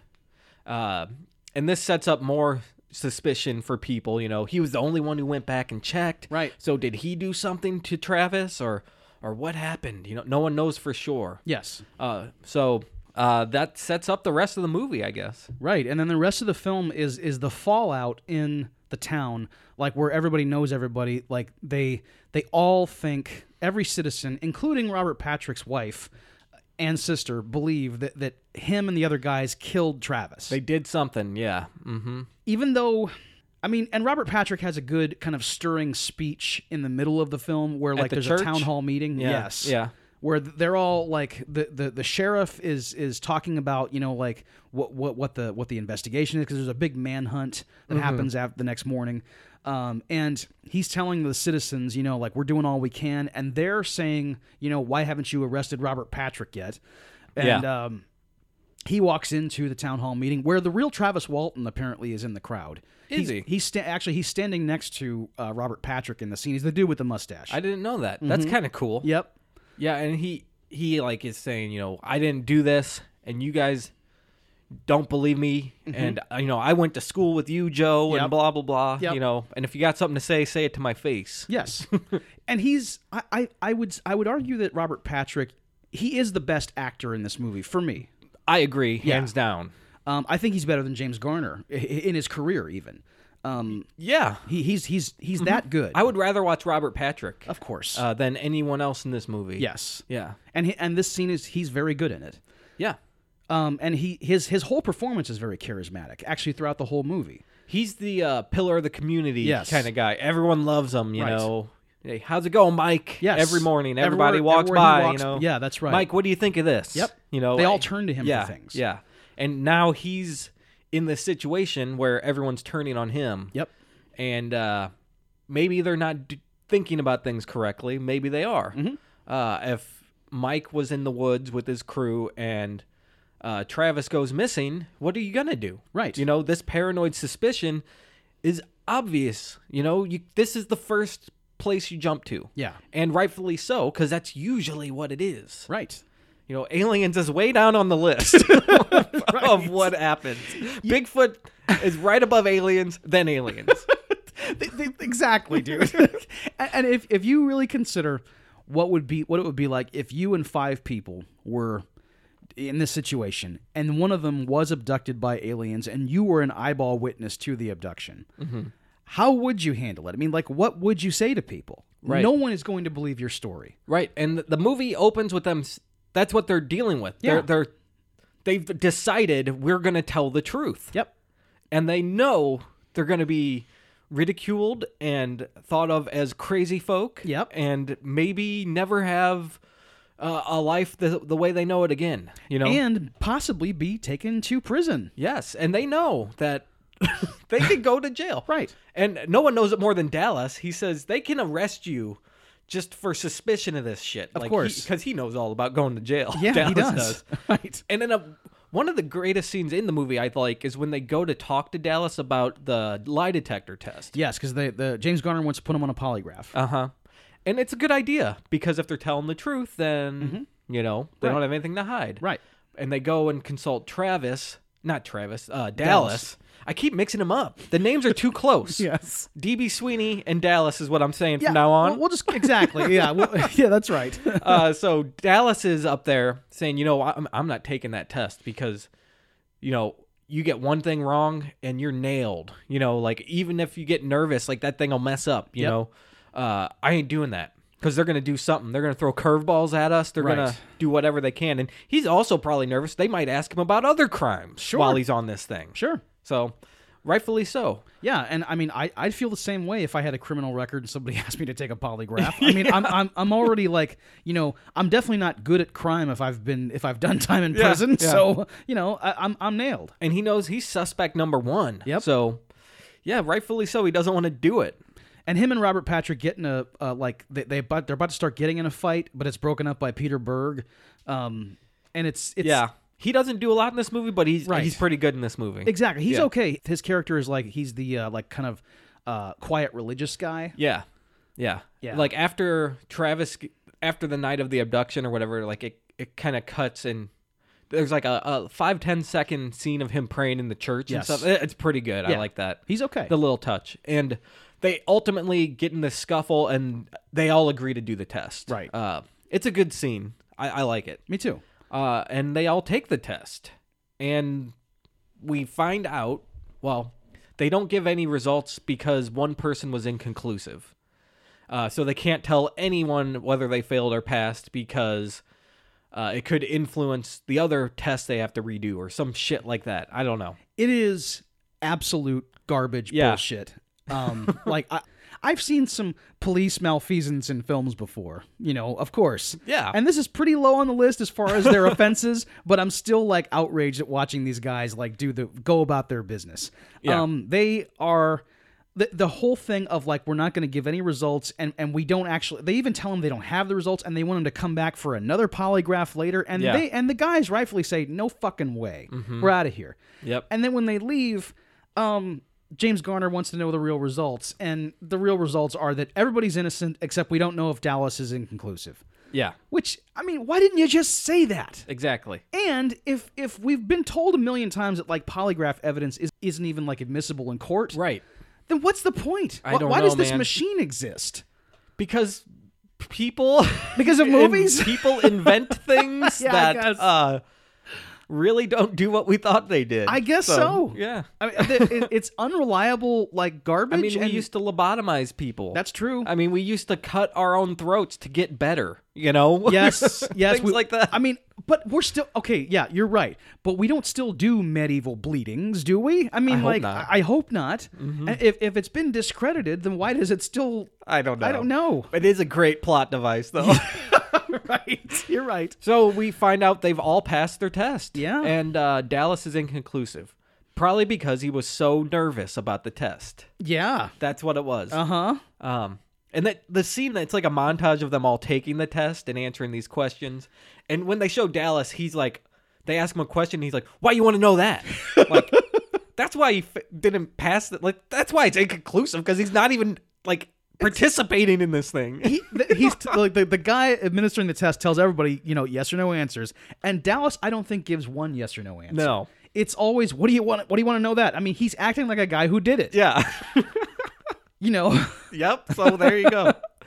Speaker 1: Uh, and this sets up more suspicion for people. You know, he was the only one who went back and checked.
Speaker 2: Right.
Speaker 1: So did he do something to Travis, or or what happened? You know, no one knows for sure.
Speaker 2: Yes.
Speaker 1: Uh, so uh, that sets up the rest of the movie, I guess.
Speaker 2: Right, and then the rest of the film is is the fallout in the town, like where everybody knows everybody. Like they they all think every citizen, including Robert Patrick's wife and sister, believe that that him and the other guys killed Travis.
Speaker 1: They did something. Yeah. Mm-hmm.
Speaker 2: Even though. I mean, and Robert Patrick has a good kind of stirring speech in the middle of the film where like
Speaker 1: the
Speaker 2: there's
Speaker 1: church?
Speaker 2: a town hall meeting.
Speaker 1: Yeah,
Speaker 2: Yes
Speaker 1: Yeah.
Speaker 2: where th- they're all like the, the the sheriff is is talking about you know like what what what the what the investigation is because there's a big manhunt that
Speaker 1: Mm-hmm.
Speaker 2: happens after the next morning um, and he's telling the citizens you know like we're doing all we can and they're saying you know why haven't you arrested robert patrick yet and um, he walks into the town hall meeting where the real Travis Walton apparently is in the crowd.
Speaker 1: Is
Speaker 2: he's,
Speaker 1: he?
Speaker 2: He's sta- actually he's standing next to uh, Robert Patrick in the scene. He's the dude with the mustache.
Speaker 1: I didn't know that.
Speaker 2: Mm-hmm.
Speaker 1: That's kind of cool.
Speaker 2: yep.
Speaker 1: Yeah, and he he like is saying, you know, I didn't do this, and you guys don't believe me, and uh, you know, I went to school with you, Joe, and
Speaker 2: Mm-hmm. Yep.
Speaker 1: blah blah blah.
Speaker 2: Yep.
Speaker 1: You know, and if you got something to say, say it to my face.
Speaker 2: Yes, and he's I, I I would I would argue that Robert Patrick he is the best actor in this movie for me.
Speaker 1: I agree, hands down.
Speaker 2: Um, I think he's better than James Garner i- i- in his career even. Um,
Speaker 1: Yeah,
Speaker 2: he, he's he's he's that good.
Speaker 1: Mm-hmm. I would rather watch Robert Patrick
Speaker 2: of course.
Speaker 1: uh, than anyone else in this movie.
Speaker 2: yes,
Speaker 1: yeah,
Speaker 2: and he, and this scene is he's very good in it.
Speaker 1: yeah.
Speaker 2: Um, and he his his whole performance is very charismatic actually throughout the whole movie.
Speaker 1: He's the uh, pillar of the community
Speaker 2: Yes.
Speaker 1: kind of guy. Everyone loves him. You
Speaker 2: Right.
Speaker 1: know, hey, how's it going, Mike?
Speaker 2: Yes.
Speaker 1: every morning, everybody
Speaker 2: Everywhere-
Speaker 1: walks
Speaker 2: everywhere he
Speaker 1: by.
Speaker 2: walks-
Speaker 1: you know,
Speaker 2: yeah, that's right.
Speaker 1: Mike, what do you think of this?
Speaker 2: Yep.
Speaker 1: You know,
Speaker 2: They all
Speaker 1: like-
Speaker 2: turn to him for
Speaker 1: yeah,
Speaker 2: things.
Speaker 1: Yeah. And now he's in this situation where everyone's turning on him.
Speaker 2: Yep.
Speaker 1: And uh, maybe they're not d- thinking about things correctly. Maybe they are.
Speaker 2: Mm-hmm.
Speaker 1: Uh, if Mike was in the woods with his crew and uh, Travis goes missing, what are you gonna do?
Speaker 2: Right.
Speaker 1: You know, this paranoid suspicion is obvious. You know, you, this is the first place you jump to.
Speaker 2: Yeah.
Speaker 1: And rightfully so, because that's usually what it is
Speaker 2: Right.
Speaker 1: you know, aliens is way down on the list of what happens. Bigfoot is right above aliens, then aliens.
Speaker 2: Th- th- exactly, dude. and and if, if you really consider what would be what it would be like if you and five people were in this situation and one of them was abducted by aliens and you were an eyeball witness to the abduction. How would you handle it? I mean, like, what would you say to people?
Speaker 1: Right.
Speaker 2: No one is going to believe your story.
Speaker 1: right, and the movie opens with them. s- That's what they're dealing with.
Speaker 2: Yeah.
Speaker 1: They're, they're they've decided we're going to tell the truth,
Speaker 2: Yep.
Speaker 1: and they know they're going to be ridiculed and thought of as crazy folk.
Speaker 2: Yep.
Speaker 1: and maybe never have uh, a life the, the way they know it again. You know,
Speaker 2: And possibly be taken to prison.
Speaker 1: Yes, and they know that they could go to jail.
Speaker 2: Right.
Speaker 1: And no one knows it more than Dallas. He says they can arrest you just for suspicion of this shit. Of
Speaker 2: course.
Speaker 1: Because he, knows all about going to jail.
Speaker 2: Yeah,
Speaker 1: Dallas
Speaker 2: he does. right.
Speaker 1: And then a, one of the greatest scenes in the movie I like is when they go to talk to Dallas about the lie detector test.
Speaker 2: Yes, because the the James Garner wants to put him on a polygraph.
Speaker 1: Uh huh. And it's a good idea because if they're telling the truth, then, you know, they don't have anything to hide
Speaker 2: Mm-hmm. right.
Speaker 1: and they go and consult Travis, not Travis, uh, Dallas.
Speaker 2: Dallas.
Speaker 1: I keep mixing them up. The names are too close.
Speaker 2: Yes.
Speaker 1: DB Sweeney and Dallas is what I'm saying
Speaker 2: Yeah,
Speaker 1: from now on.
Speaker 2: We'll, we'll just exactly. Yeah. We'll, yeah. That's right.
Speaker 1: uh, so Dallas is up there saying, you know, I'm, I'm not taking that test because, you know, you get one thing wrong and you're nailed. You know, like even if you get nervous, like that thing will mess up. You
Speaker 2: Yep.
Speaker 1: know, uh, I ain't doing that because they're gonna do something. They're gonna throw curveballs at us. They're gonna
Speaker 2: Right.
Speaker 1: do whatever they can. And he's also probably nervous. They might ask him about other crimes
Speaker 2: Sure.
Speaker 1: while he's on this thing.
Speaker 2: Sure.
Speaker 1: So rightfully so.
Speaker 2: Yeah, and I mean, I I'd feel the same way if I had a criminal record and somebody asked me to take a polygraph. I mean, I'm, I'm I'm already like, you know, I'm definitely not good at crime if I've been if I've done time in
Speaker 1: Yeah,
Speaker 2: prison.
Speaker 1: yeah.
Speaker 2: So you know, I, I'm I'm nailed.
Speaker 1: And he knows he's suspect number one.
Speaker 2: Yep.
Speaker 1: So, yeah, rightfully so. He doesn't want to do it.
Speaker 2: And him and Robert Patrick get in a uh, like they they about, they're about to start getting in a fight, but it's broken up by Peter Berg, um, and it's it's
Speaker 1: yeah. He doesn't do a lot in this movie, but he's
Speaker 2: Right.
Speaker 1: he's pretty good in this movie.
Speaker 2: exactly he's
Speaker 1: Yeah.
Speaker 2: okay. His character is like he's the uh, like kind of uh, quiet religious guy.
Speaker 1: Yeah. Yeah.
Speaker 2: Yeah.
Speaker 1: Like after Travis after the night of the abduction or whatever, like it, it kinda cuts and there's like a, a five, ten second scene of him praying in the church
Speaker 2: Yes.
Speaker 1: and stuff. It- It's pretty good. I
Speaker 2: Yeah.
Speaker 1: like that.
Speaker 2: He's okay.
Speaker 1: The little touch. And they ultimately get in this scuffle and they all agree to do the test.
Speaker 2: Right.
Speaker 1: Uh, it's a good scene. I, I like it.
Speaker 2: Me too.
Speaker 1: Uh, and they all take the test. And we find out, well, they don't give any results because one person was inconclusive. Uh, so they can't tell anyone whether they failed or passed because uh, it could influence the other test they have to redo or some shit like that. I don't know.
Speaker 2: it is absolute garbage
Speaker 1: Yeah.
Speaker 2: bullshit. Um, like I, I've seen some police malfeasance in films before, you know, of course.
Speaker 1: Yeah.
Speaker 2: And this is pretty low on the list as far as their offenses, but I'm still like outraged at watching these guys like do the go about their business.
Speaker 1: Yeah.
Speaker 2: Um, they are. The, the whole thing of like we're not going to give any results and and we don't actually they even tell them they don't have the results and they want them to come back for another polygraph later and
Speaker 1: Yeah. Mm-hmm.
Speaker 2: they and the guys rightfully say no fucking way we're out of here
Speaker 1: Yep.
Speaker 2: and then when they leave, um, James Garner wants to know the real results, and the real results are that everybody's innocent except we don't know if Dallas is inconclusive.
Speaker 1: Yeah,
Speaker 2: Which I mean, why didn't you just say that?
Speaker 1: exactly.
Speaker 2: And if if we've been told a million times that like polygraph evidence is, isn't even like admissible in court,
Speaker 1: Right.
Speaker 2: Then what's the point?
Speaker 1: I
Speaker 2: Why-
Speaker 1: don't
Speaker 2: why
Speaker 1: know,
Speaker 2: does this
Speaker 1: man.
Speaker 2: machine exist?
Speaker 1: Because people
Speaker 2: Because of
Speaker 1: in-
Speaker 2: movies?
Speaker 1: people invent things
Speaker 2: Yeah, I
Speaker 1: that
Speaker 2: guess.
Speaker 1: uh really don't do what we thought they did.
Speaker 2: I guess so.
Speaker 1: Yeah.
Speaker 2: I mean, th- it- it's unreliable like garbage.
Speaker 1: I mean, we
Speaker 2: and
Speaker 1: used to lobotomize people.
Speaker 2: that's true.
Speaker 1: I mean, we used to cut our own throats to get better, you know?
Speaker 2: Yes, yes,
Speaker 1: Things
Speaker 2: we-
Speaker 1: like that.
Speaker 2: I mean, but we're still okay. Yeah, you're right. But we don't still do medieval bleedings, do we? I mean,
Speaker 1: hope
Speaker 2: like,
Speaker 1: not. Mm-hmm.
Speaker 2: I I hope not. And If if it's been discredited, then why does it still?
Speaker 1: I don't know.
Speaker 2: I don't know.
Speaker 1: It is a great plot device, though.
Speaker 2: right, you're right.
Speaker 1: so we find out they've all passed their test.
Speaker 2: Yeah.
Speaker 1: And uh, Dallas is inconclusive, probably because he was so nervous about the test.
Speaker 2: Yeah.
Speaker 1: That's what it was.
Speaker 2: Uh huh.
Speaker 1: Um, and that the scene that's like a montage of them all taking the test and answering these questions. And when they show Dallas, he's like, they ask him a question. he's like, "Why you want to know that?" like, that's why he f- didn't pass. The, like, that's why it's inconclusive because he's not even like participating in this thing.
Speaker 2: He, th- he's t- like the, the guy administering the test tells everybody, you know, yes or no answers. And Dallas, I don't think gives one yes or no answer.
Speaker 1: No.
Speaker 2: It's always what do you want? What do you want to know that? I mean, he's acting like a guy who did it.
Speaker 1: yeah.
Speaker 2: You know.
Speaker 1: yep. So there you go.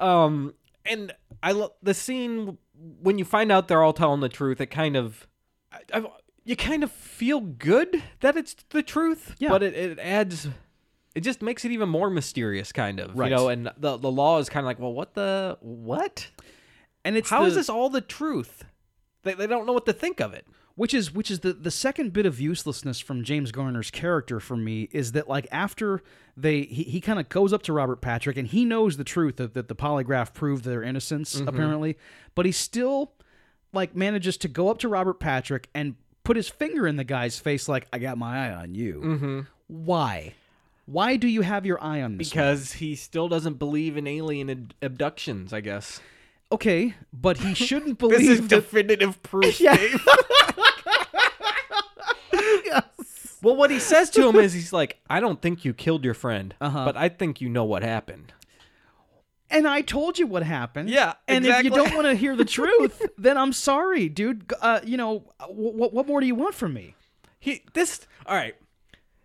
Speaker 1: um, and I lo- the scene when you find out they're all telling the truth. It kind of, I, I, you kind of feel good that it's the truth.
Speaker 2: Yeah.
Speaker 1: But it, it adds, it just makes it even more mysterious, kind of.
Speaker 2: Right.
Speaker 1: You know, and the the law is kind of like, well, what the what?
Speaker 2: And it's
Speaker 1: How is
Speaker 2: the-
Speaker 1: this all the truth? They they don't know what to think of it.
Speaker 2: which is which is the the second bit of uselessness from James Garner's character for me is that like after they he, he kind of goes up to Robert Patrick and he knows the truth that, that the polygraph proved their innocence
Speaker 1: Mm-hmm.
Speaker 2: apparently but he still like manages to go up to Robert Patrick and put his finger in the guy's face like I got my eye on you why why do you have your eye on this man?
Speaker 1: Mm-hmm. Because he still doesn't believe in alien ad- abductions, I guess.
Speaker 2: okay but he shouldn't
Speaker 1: This
Speaker 2: believe
Speaker 1: is
Speaker 2: that-
Speaker 1: definitive proof.
Speaker 2: Yeah.
Speaker 1: Dave. Well, what he says to him is, he's like, "I don't think you killed your friend, but I think you know what happened."
Speaker 2: and I told you what happened.
Speaker 1: Yeah,
Speaker 2: and
Speaker 1: exactly.
Speaker 2: if you don't want to hear the truth, then I'm sorry, dude. G- Uh, you know, what what more do you want from me?
Speaker 1: He this all right.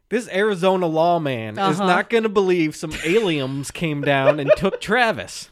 Speaker 1: This Arizona lawman is
Speaker 2: Uh-huh.
Speaker 1: not going to believe some aliens came down and took Travis.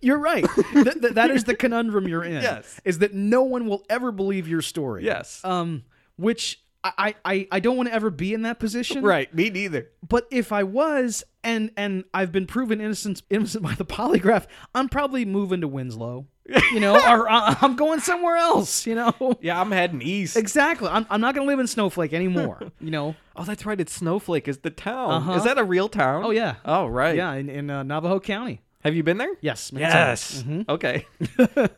Speaker 2: You're right. Th- th- that is the conundrum you're in.
Speaker 1: Yes.
Speaker 2: is that no one will ever believe your story.
Speaker 1: Yes.
Speaker 2: Um, which I, I, I don't want to ever be in that position.
Speaker 1: Right. Me neither.
Speaker 2: But if I was, and and I've been proven innocent innocent by the polygraph, I'm probably moving to Winslow. You know, or I- I'm going somewhere else. You know,
Speaker 1: Yeah, I'm heading east.
Speaker 2: exactly. I'm I'm not gonna live in Snowflake anymore. You know.
Speaker 1: oh, that's right. It's Snowflake is the town.
Speaker 2: Uh-huh.
Speaker 1: Is that a real town?
Speaker 2: Oh yeah.
Speaker 1: Oh right.
Speaker 2: yeah, in, in uh, Navajo County.
Speaker 1: Have you been there?
Speaker 2: Yes. many times.
Speaker 1: Yes. Okay.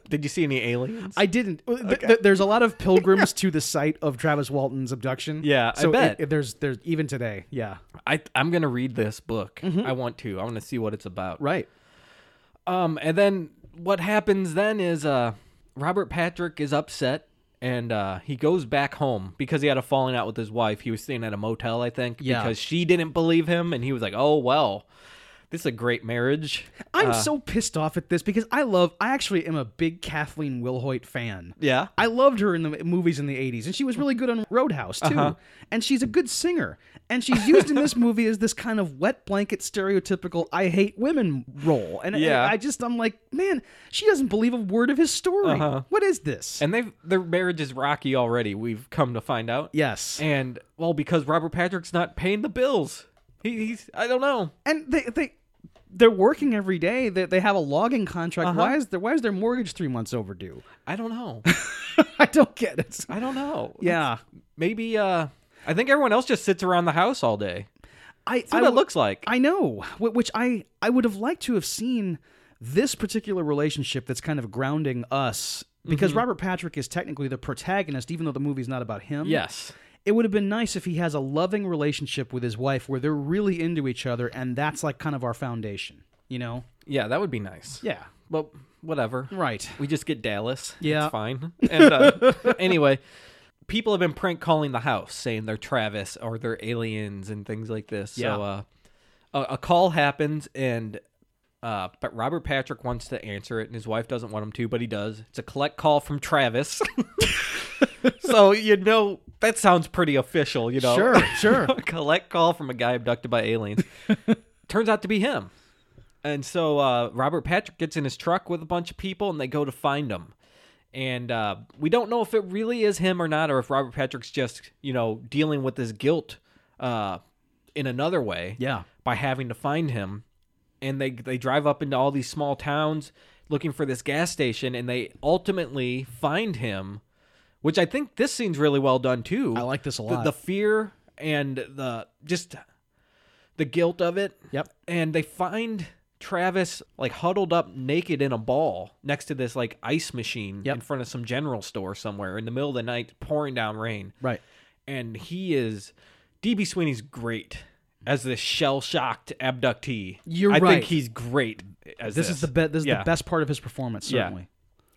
Speaker 1: Did you see any aliens?
Speaker 2: I didn't. Th- th- there's a lot of pilgrims to the site of Travis Walton's abduction.
Speaker 1: Yeah, I
Speaker 2: so it-
Speaker 1: bet.
Speaker 2: it- there's there's even today. Yeah,
Speaker 1: I I'm gonna read this book. I want to. I want to see what it's about.
Speaker 2: right.
Speaker 1: Um, and then what happens then is uh, Robert Patrick is upset and uh, he goes back home because he had a falling out with his wife. He was staying at a motel, I think,
Speaker 2: Yeah.
Speaker 1: because she didn't believe him, and he was like, "Oh well, this is a great marriage."
Speaker 2: I'm so pissed off at this because I love. I actually am a big Kathleen Wilhoit fan.
Speaker 1: Yeah.
Speaker 2: I loved her in the movies in the 80s, and she was really good on Roadhouse, too.
Speaker 1: Uh-huh.
Speaker 2: And she's a good singer. And she's used in this movie as this kind of wet blanket, stereotypical I hate women role. And I-
Speaker 1: Yeah.
Speaker 2: I, just, I'm like, man, she doesn't believe a word of his story.
Speaker 1: Uh-huh.
Speaker 2: What is this?
Speaker 1: And they've their marriage is rocky already. We've come to find out.
Speaker 2: yes.
Speaker 1: And well, because Robert Patrick's not paying the bills. He, he's I don't know.
Speaker 2: and they they they're working every day. They they have a logging contract.
Speaker 1: Uh-huh.
Speaker 2: Why is there why is their mortgage three months overdue?
Speaker 1: I don't know.
Speaker 2: I don't get it.
Speaker 1: I don't know.
Speaker 2: Yeah,
Speaker 1: Maybe uh I think everyone else just sits around the house all day.
Speaker 2: I
Speaker 1: That's what
Speaker 2: I
Speaker 1: it looks like.
Speaker 2: I know, wh- which I I would have liked to have seen this particular relationship that's kind of grounding us because
Speaker 1: Mm-hmm.
Speaker 2: Robert Patrick is technically the protagonist, even though the movie's not about him.
Speaker 1: yes.
Speaker 2: it would have been nice if he has a loving relationship with his wife where they're really into each other, and that's like kind of our foundation. You know?
Speaker 1: Yeah, that would be nice.
Speaker 2: Yeah.
Speaker 1: Well, whatever.
Speaker 2: Right.
Speaker 1: We just get Dallas.
Speaker 2: Yeah.
Speaker 1: It's fine. And uh, anyway, people have been prank calling the house saying they're Travis or they're aliens and things like this.
Speaker 2: Yeah.
Speaker 1: So uh, a, a call happens and uh, but Robert Patrick wants to answer it and his wife doesn't want him to, but he does. It's a collect call from Travis. so, you know, that sounds pretty official, you know.
Speaker 2: Sure. Sure.
Speaker 1: collect call from a guy abducted by aliens. Turns out to be him. And so uh, Robert Patrick gets in his truck with a bunch of people and they go to find him. And uh, we don't know if it really is him or not, or if Robert Patrick's just, you know, dealing with his guilt uh, in another way
Speaker 2: yeah.
Speaker 1: by having to find him. And they, they drive up into all these small towns looking for this gas station and they ultimately find him, which I think this scene's really well done too
Speaker 2: I like this a
Speaker 1: the,
Speaker 2: lot.
Speaker 1: the fear and the just the guilt of it.
Speaker 2: Yep.
Speaker 1: And they find Travis like huddled up naked in a ball next to this like ice machine
Speaker 2: Yep.
Speaker 1: in front of some general store somewhere in the middle of the night, pouring down rain.
Speaker 2: Right.
Speaker 1: And he is DB Sweeney's great as this shell shocked abductee.
Speaker 2: You're
Speaker 1: I
Speaker 2: right.
Speaker 1: think he's great as
Speaker 2: This,
Speaker 1: this.
Speaker 2: is the be- this is
Speaker 1: Yeah.
Speaker 2: the best part of his performance,
Speaker 1: Yeah.
Speaker 2: certainly.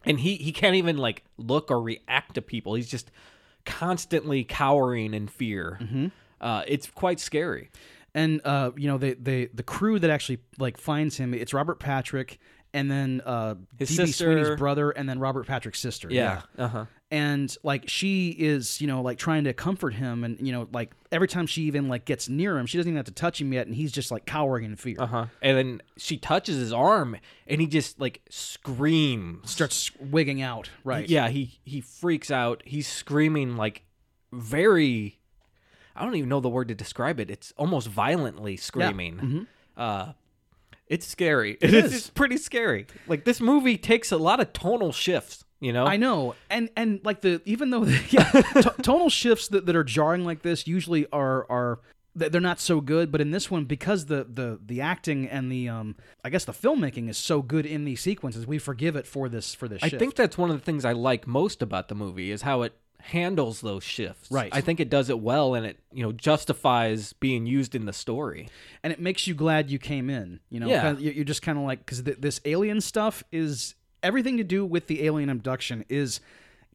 Speaker 1: and he he can't even like look or react to people. He's just constantly cowering in fear.
Speaker 2: Mm-hmm.
Speaker 1: Uh, it's quite scary.
Speaker 2: And uh, you know, they, they the crew that actually like finds him, it's Robert Patrick and then uh
Speaker 1: His
Speaker 2: D.B.
Speaker 1: sister.
Speaker 2: Sweeney's brother and then Robert Patrick's sister.
Speaker 1: Uh huh.
Speaker 2: And like she is, you know, like trying to comfort him and you know, like every time she even like gets near him, she doesn't even have to touch him yet and he's just like cowering in fear.
Speaker 1: Uh huh. And then she touches his arm, and he just like screams.
Speaker 2: Starts wigging out, right?
Speaker 1: Yeah, he he freaks out. He's screaming like very. I don't even know the word to describe it. It's almost violently screaming. Uh, it's scary. It
Speaker 2: Mm-hmm. is.
Speaker 1: is. It's pretty scary. Like this movie takes a lot of tonal shifts. You know.
Speaker 2: I know, and and like the even though the, yeah, t- tonal shifts that, that are jarring like this usually are are th- they're not so good, but in this one because the the the acting and the um I guess the filmmaking is so good in these sequences, we forgive it for this for this.
Speaker 1: I
Speaker 2: shift.
Speaker 1: think that's one of the things I like most about the movie is how it handles those shifts.
Speaker 2: Right.
Speaker 1: I think it does it well, and it you know justifies being used in the story.
Speaker 2: and it makes you glad you came in. You know,
Speaker 1: Yeah.
Speaker 2: Kinda- you- you're just kind of like because th- this alien stuff is everything to do with the alien abduction is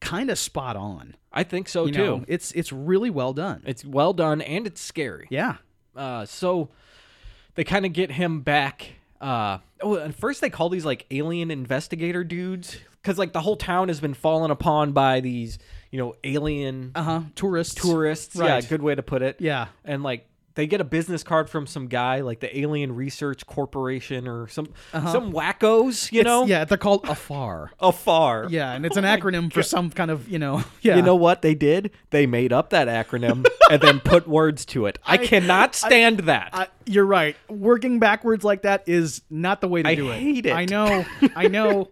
Speaker 2: kind of spot on.
Speaker 1: I think so
Speaker 2: You
Speaker 1: too.
Speaker 2: know, it's it's really well done.
Speaker 1: It's well done and it's scary.
Speaker 2: yeah.
Speaker 1: Uh, so they kind of get him back. Uh, oh, and first they call these like alien investigator dudes because like the whole town has been fallen upon by these you know alien
Speaker 2: Uh huh. Tourists.
Speaker 1: tourists. Yeah,
Speaker 2: Right.
Speaker 1: good way to put it.
Speaker 2: Yeah.
Speaker 1: and like they get a business card from some guy like the Alien Research Corporation or some some wackos, you
Speaker 2: Uh-huh. It's-
Speaker 1: know,
Speaker 2: yeah, they're called afar.
Speaker 1: afar.
Speaker 2: Yeah, and it's an acronym for some kind of you know. Yeah,
Speaker 1: Oh You know what they did? They made up that acronym and then put words to it. I, cannot stand that.
Speaker 2: I, you're right. Working backwards like that is not the way to
Speaker 1: I
Speaker 2: do it.
Speaker 1: hate it.
Speaker 2: I know. I know.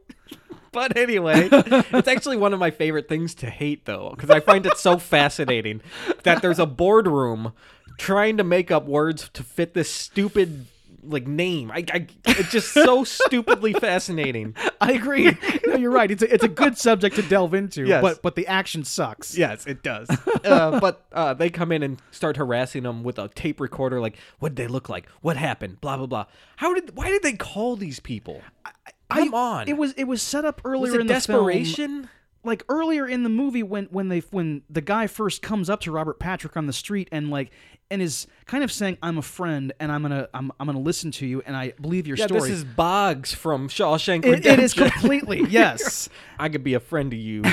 Speaker 1: but anyway, it's actually one of my favorite things to hate, though, because I find it so fascinating that there's a boardroom trying to make up words to fit this stupid like name. I, I it's just so stupidly fascinating.
Speaker 2: I agree. No, you're right. It's a, it's a good subject to delve into.
Speaker 1: Yes.
Speaker 2: But but the action sucks.
Speaker 1: Yes, it does. uh, but uh, they come in and start harassing them with a tape recorder. Like, what did they look like? What happened? Blah blah blah. How did? Why did they call these people? Come on.
Speaker 2: It was it was set up earlier
Speaker 1: was it
Speaker 2: in the film.
Speaker 1: desperation?
Speaker 2: Like earlier in the movie when when they when the guy first comes up to Robert Patrick on the street and like and is kind of saying I'm a friend and I'm gonna I'm, I'm gonna listen to you and I believe your
Speaker 1: Yeah,
Speaker 2: story.
Speaker 1: this is Boggs from Shawshank
Speaker 2: It-
Speaker 1: Redemption.
Speaker 2: it is completely yes.
Speaker 1: I could be a friend of you.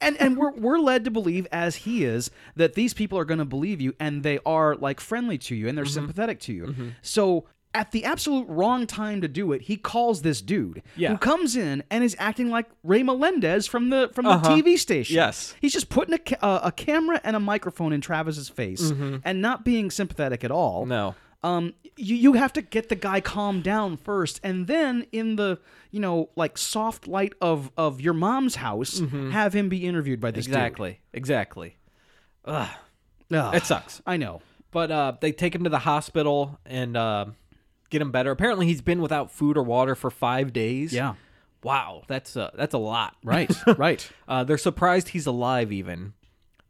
Speaker 2: and and we're we're led to believe as he is that these people are going to believe you and they are like friendly to you
Speaker 1: Mm-hmm.
Speaker 2: and they're sympathetic to you so at the absolute wrong time to do it he calls this dude
Speaker 1: Yeah.
Speaker 2: who comes in and is acting like ray melendez from the from the
Speaker 1: Uh-huh.
Speaker 2: tv station
Speaker 1: Yes.
Speaker 2: he's just putting a, ca- uh, a camera and a microphone in travis's face
Speaker 1: Mm-hmm.
Speaker 2: and not being sympathetic at all
Speaker 1: No.
Speaker 2: um you you have to get the guy calmed down first and then in the you know like soft light of of your mom's house have him be interviewed by this
Speaker 1: Exactly. Exactly. Ugh,
Speaker 2: dude. Ugh,
Speaker 1: it sucks.
Speaker 2: i know
Speaker 1: But uh, they take him to the hospital and uh, get him better. Apparently, he's been without food or water for five days.
Speaker 2: Yeah.
Speaker 1: Wow, that's uh, that's a lot.
Speaker 2: right right
Speaker 1: Uh, they're surprised he's alive, even.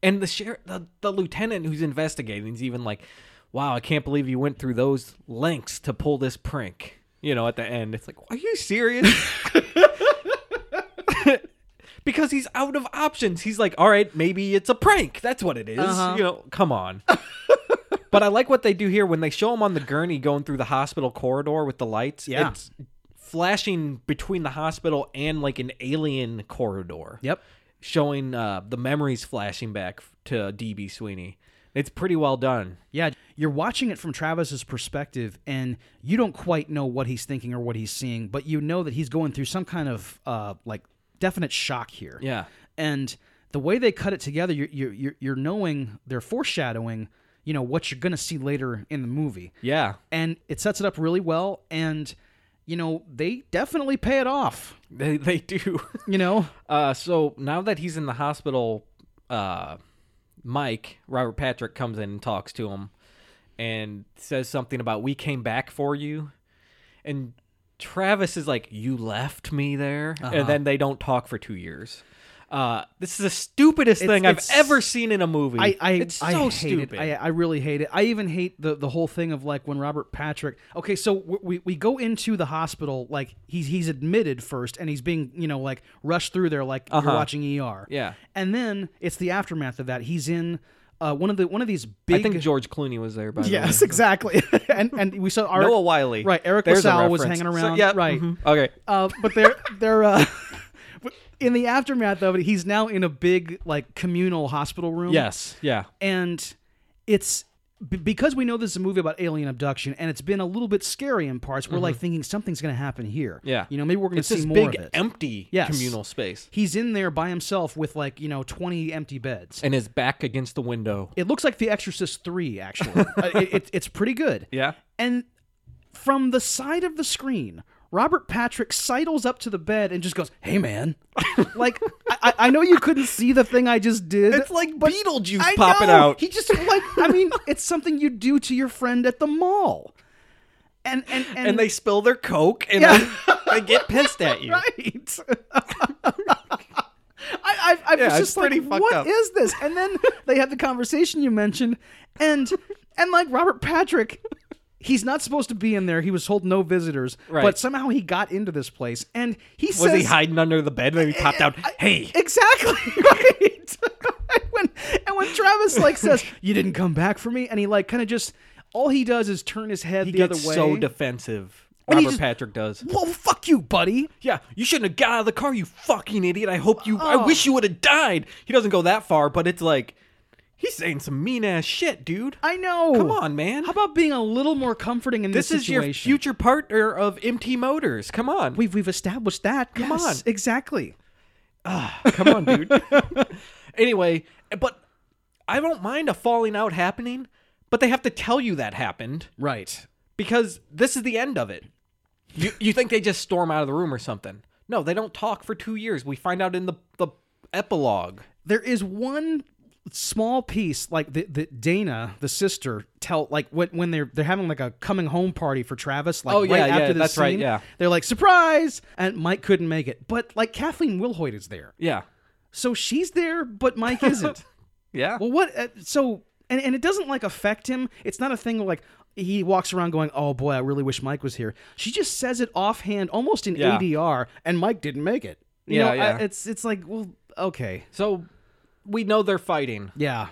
Speaker 1: And the sheriff, the, the lieutenant who's investigating, is even like, "Wow, I can't believe you went through those lengths to pull this prank." You know, at the end, it's like, "Are you serious?" because he's out of options. He's like, "All right, maybe it's a prank. That's what it is."
Speaker 2: Uh-huh.
Speaker 1: You know, come on. but I like what they do here when they show him on the gurney going through the hospital corridor with the lights.
Speaker 2: Yeah.
Speaker 1: It's flashing between the hospital and like an alien corridor
Speaker 2: yep
Speaker 1: showing uh, the memories flashing back f- to DB Sweeney. It's pretty well done.
Speaker 2: yeah you're watching it from travis's perspective and you don't quite know what he's thinking or what he's seeing but you know that he's going through some kind of uh like definite shock here
Speaker 1: Yeah.
Speaker 2: and the way they cut it together you're you're, you're, you're knowing they're foreshadowing you know what you're gonna see later in the movie
Speaker 1: Yeah.
Speaker 2: and it sets it up really well and you know they definitely pay it off
Speaker 1: They, they do.
Speaker 2: you know
Speaker 1: uh, so now that he's in the hospital, uh, Mike, Robert Patrick, comes in and talks to him and says something about, We came back for you. And Travis is like, You left me there.
Speaker 2: Uh-huh.
Speaker 1: And then they don't talk for two years. Uh, this is the stupidest thing
Speaker 2: it's-
Speaker 1: I've ever seen in a movie.
Speaker 2: I, I,
Speaker 1: it's so
Speaker 2: I hate
Speaker 1: stupid.
Speaker 2: it. I, I really hate it. I even hate the, the whole thing of like when Robert Patrick. Okay, so w- we, we go into the hospital. Like he's he's admitted first, and he's being you know like rushed through there like you're watching ER.
Speaker 1: Uh-huh. Yeah.
Speaker 2: and then it's the aftermath of that. He's in uh, one of the one of these big.
Speaker 1: I think George Clooney was there, by the way.
Speaker 2: yes, exactly. and and we saw our
Speaker 1: Noah Wiley.
Speaker 2: Right, Eric
Speaker 1: There's a
Speaker 2: LaSalle was
Speaker 1: reference.
Speaker 2: hanging
Speaker 1: So,
Speaker 2: around.
Speaker 1: yeah,
Speaker 2: right.
Speaker 1: mhm. Okay.
Speaker 2: Uh, but they're they're uh, in the aftermath of it. He's now in a big like communal hospital room.
Speaker 1: Yes. Yeah.
Speaker 2: and it's b- because we know this is a movie about alien abduction and it's been a little bit scary in parts we're like thinking something's going to happen here
Speaker 1: Mm-hmm. Yeah.
Speaker 2: you know maybe we're going to
Speaker 1: It's
Speaker 2: see
Speaker 1: this
Speaker 2: more
Speaker 1: big
Speaker 2: of it
Speaker 1: empty
Speaker 2: Yes.
Speaker 1: communal space,
Speaker 2: he's in there by himself with like you know 20 empty beds
Speaker 1: and his back against the window.
Speaker 2: it looks like the exorcist 3 actually Uh, it, it, it's pretty good
Speaker 1: Yeah.
Speaker 2: and from the side of the screen robert patrick sidles up to the bed and just goes hey man like I, I- I know you couldn't see the thing i just did
Speaker 1: It's like Beetlejuice
Speaker 2: I
Speaker 1: popping
Speaker 2: know.
Speaker 1: out.
Speaker 2: He just like I mean, it's something you do to your friend at the mall. And and and,
Speaker 1: and they spill their coke, and
Speaker 2: Yeah.
Speaker 1: then they get pissed at you.
Speaker 2: right. I, I, I
Speaker 1: Yeah,
Speaker 2: was
Speaker 1: it's
Speaker 2: just like,
Speaker 1: pretty fucked
Speaker 2: what is
Speaker 1: up.
Speaker 2: this? And then they had the conversation you mentioned, and and like Robert Patrick, he's not supposed to be in there. He was told no visitors,
Speaker 1: Right.
Speaker 2: but somehow he got into this place, and he
Speaker 1: Was
Speaker 2: says,
Speaker 1: he hiding under the bed? And then he popped out. Hey.
Speaker 2: Exactly right. and, when, and when Travis like says, "You didn't come back for me," and he like kind of just all he does is turn his head
Speaker 1: he
Speaker 2: the
Speaker 1: gets
Speaker 2: other way.
Speaker 1: so defensive.
Speaker 2: And he
Speaker 1: Robert
Speaker 2: just-
Speaker 1: Patrick does.
Speaker 2: well, fuck you, buddy.
Speaker 1: Yeah, you shouldn't have got out of the
Speaker 2: Oh.
Speaker 1: car, you fucking idiot. I hope you. I wish you would have died. He doesn't go that far, but it's like He's saying some mean ass shit, dude.
Speaker 2: I know.
Speaker 1: Come on, man.
Speaker 2: How about being a little more comforting in this,
Speaker 1: this is your
Speaker 2: situation?
Speaker 1: future partner of MT Motors. Come on.
Speaker 2: We've we've established that. Come
Speaker 1: Yes,
Speaker 2: on, exactly.
Speaker 1: Come on, dude. anyway, but I don't mind a falling out happening, but they have to tell you that happened
Speaker 2: Right.
Speaker 1: because this is the end of it. You you think they just storm out of the room or something? No, they don't talk for two years. We find out in the the epilogue.
Speaker 2: There is one small piece like that that Dana, the sister, tell like when when they're they're having like a coming home party for Travis. Like
Speaker 1: Oh, yeah,
Speaker 2: right
Speaker 1: yeah,
Speaker 2: after this
Speaker 1: that's right,
Speaker 2: scene,
Speaker 1: yeah.
Speaker 2: They're like surprise, and Mike couldn't make it, but like Kathleen Wilhoit is there,
Speaker 1: Yeah,
Speaker 2: so she's there, but Mike isn't.
Speaker 1: yeah.
Speaker 2: Well, what? Uh, so, and, and it doesn't like affect him. It's not a thing where, like he walks around going, "Oh boy, I really wish Mike was here." She just says it offhand, almost in
Speaker 1: Yeah.
Speaker 2: ADR, and Mike didn't make it. You
Speaker 1: Yeah,
Speaker 2: know, I-
Speaker 1: yeah.
Speaker 2: it's it's like, well, okay,
Speaker 1: so we know they're fighting,
Speaker 2: yeah,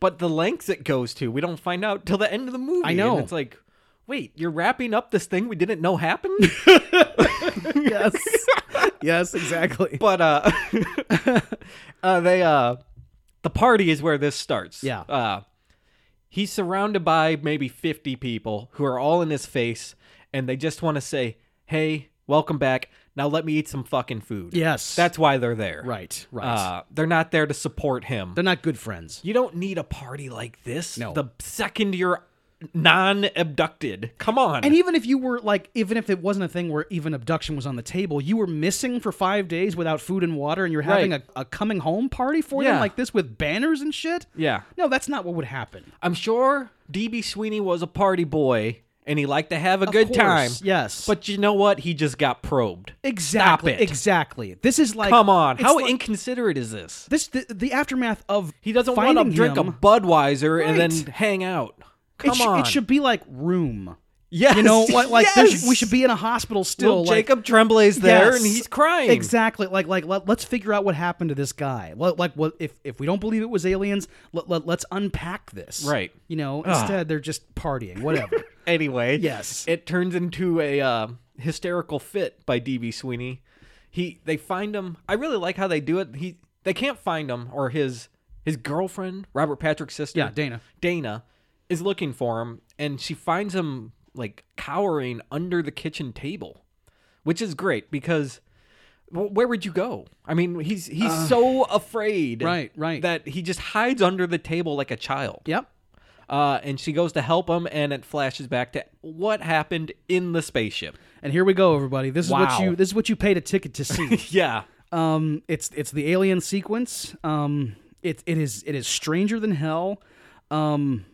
Speaker 1: but the lengths it goes to, we don't find out till the end of the movie.
Speaker 2: I know.
Speaker 1: And it's like, wait, you're wrapping up this thing we didn't know happened.
Speaker 2: yes, yes, exactly.
Speaker 1: but uh, uh they uh the party is where this starts
Speaker 2: Yeah.
Speaker 1: uh he's surrounded by maybe 50 people who are all in his face and they just want to say hey welcome back now let me eat some fucking food
Speaker 2: Yes,
Speaker 1: that's why they're there
Speaker 2: right, right.
Speaker 1: uh they're not there to support him
Speaker 2: They're not good friends.
Speaker 1: you don't need a party like this
Speaker 2: No.
Speaker 1: the second you're non-abducted come on
Speaker 2: And even if you were like, even if it wasn't a thing where even abduction was on the table, you were missing for five days without food and water, and you're having
Speaker 1: Right.
Speaker 2: a, a coming home party for them
Speaker 1: Yeah.
Speaker 2: like this with banners and shit.
Speaker 1: yeah
Speaker 2: No, that's not what would happen.
Speaker 1: i'm sure db sweeney was a party boy and he liked to have a good
Speaker 2: Of
Speaker 1: time
Speaker 2: course, Yes.
Speaker 1: But you know what? He just got probed.
Speaker 2: exactly.
Speaker 1: it.
Speaker 2: Exactly. This is like
Speaker 1: Come on.
Speaker 2: it's
Speaker 1: How
Speaker 2: like-
Speaker 1: inconsiderate is this?
Speaker 2: this the, the aftermath of
Speaker 1: He doesn't want to
Speaker 2: finding
Speaker 1: drink a
Speaker 2: him,
Speaker 1: Budweiser and
Speaker 2: Right.
Speaker 1: then hang out.
Speaker 2: it,
Speaker 1: Come
Speaker 2: sh-
Speaker 1: on.
Speaker 2: it should be like room.
Speaker 1: Yes.
Speaker 2: You know, like, like there
Speaker 1: Yes!
Speaker 2: should- we should be in a hospital still.
Speaker 1: Little
Speaker 2: like,
Speaker 1: Jacob Tremblay's there and
Speaker 2: yes,
Speaker 1: he's crying.
Speaker 2: Exactly. Like like let, us figure out what happened to this guy. Let, like what if if we don't believe it was aliens, let, let, us unpack this.
Speaker 1: Right.
Speaker 2: You know, instead they're just partying, whatever.
Speaker 1: Anyway,
Speaker 2: Yes.
Speaker 1: it turns into a uh, hysterical fit by DB Sweeney. He they find him. I really like how they do it. He they can't find him or his his girlfriend, Robert Patrick's sister,
Speaker 2: Yeah, Dana.
Speaker 1: Dana is looking for him and she finds him like cowering under the kitchen table, which is great because well, where would you go? I mean, he's he's so afraid
Speaker 2: Uh, Right, right.
Speaker 1: that he just hides under the table like a child.
Speaker 2: yep.
Speaker 1: Uh, and she goes to help him, and it flashes back to what happened in the spaceship.
Speaker 2: And here we go, everybody. This is
Speaker 1: Wow.
Speaker 2: what you this is what you paid a ticket to see.
Speaker 1: Yeah.
Speaker 2: Um, it's it's the alien sequence. Um, it it is it is stranger than hell. Um,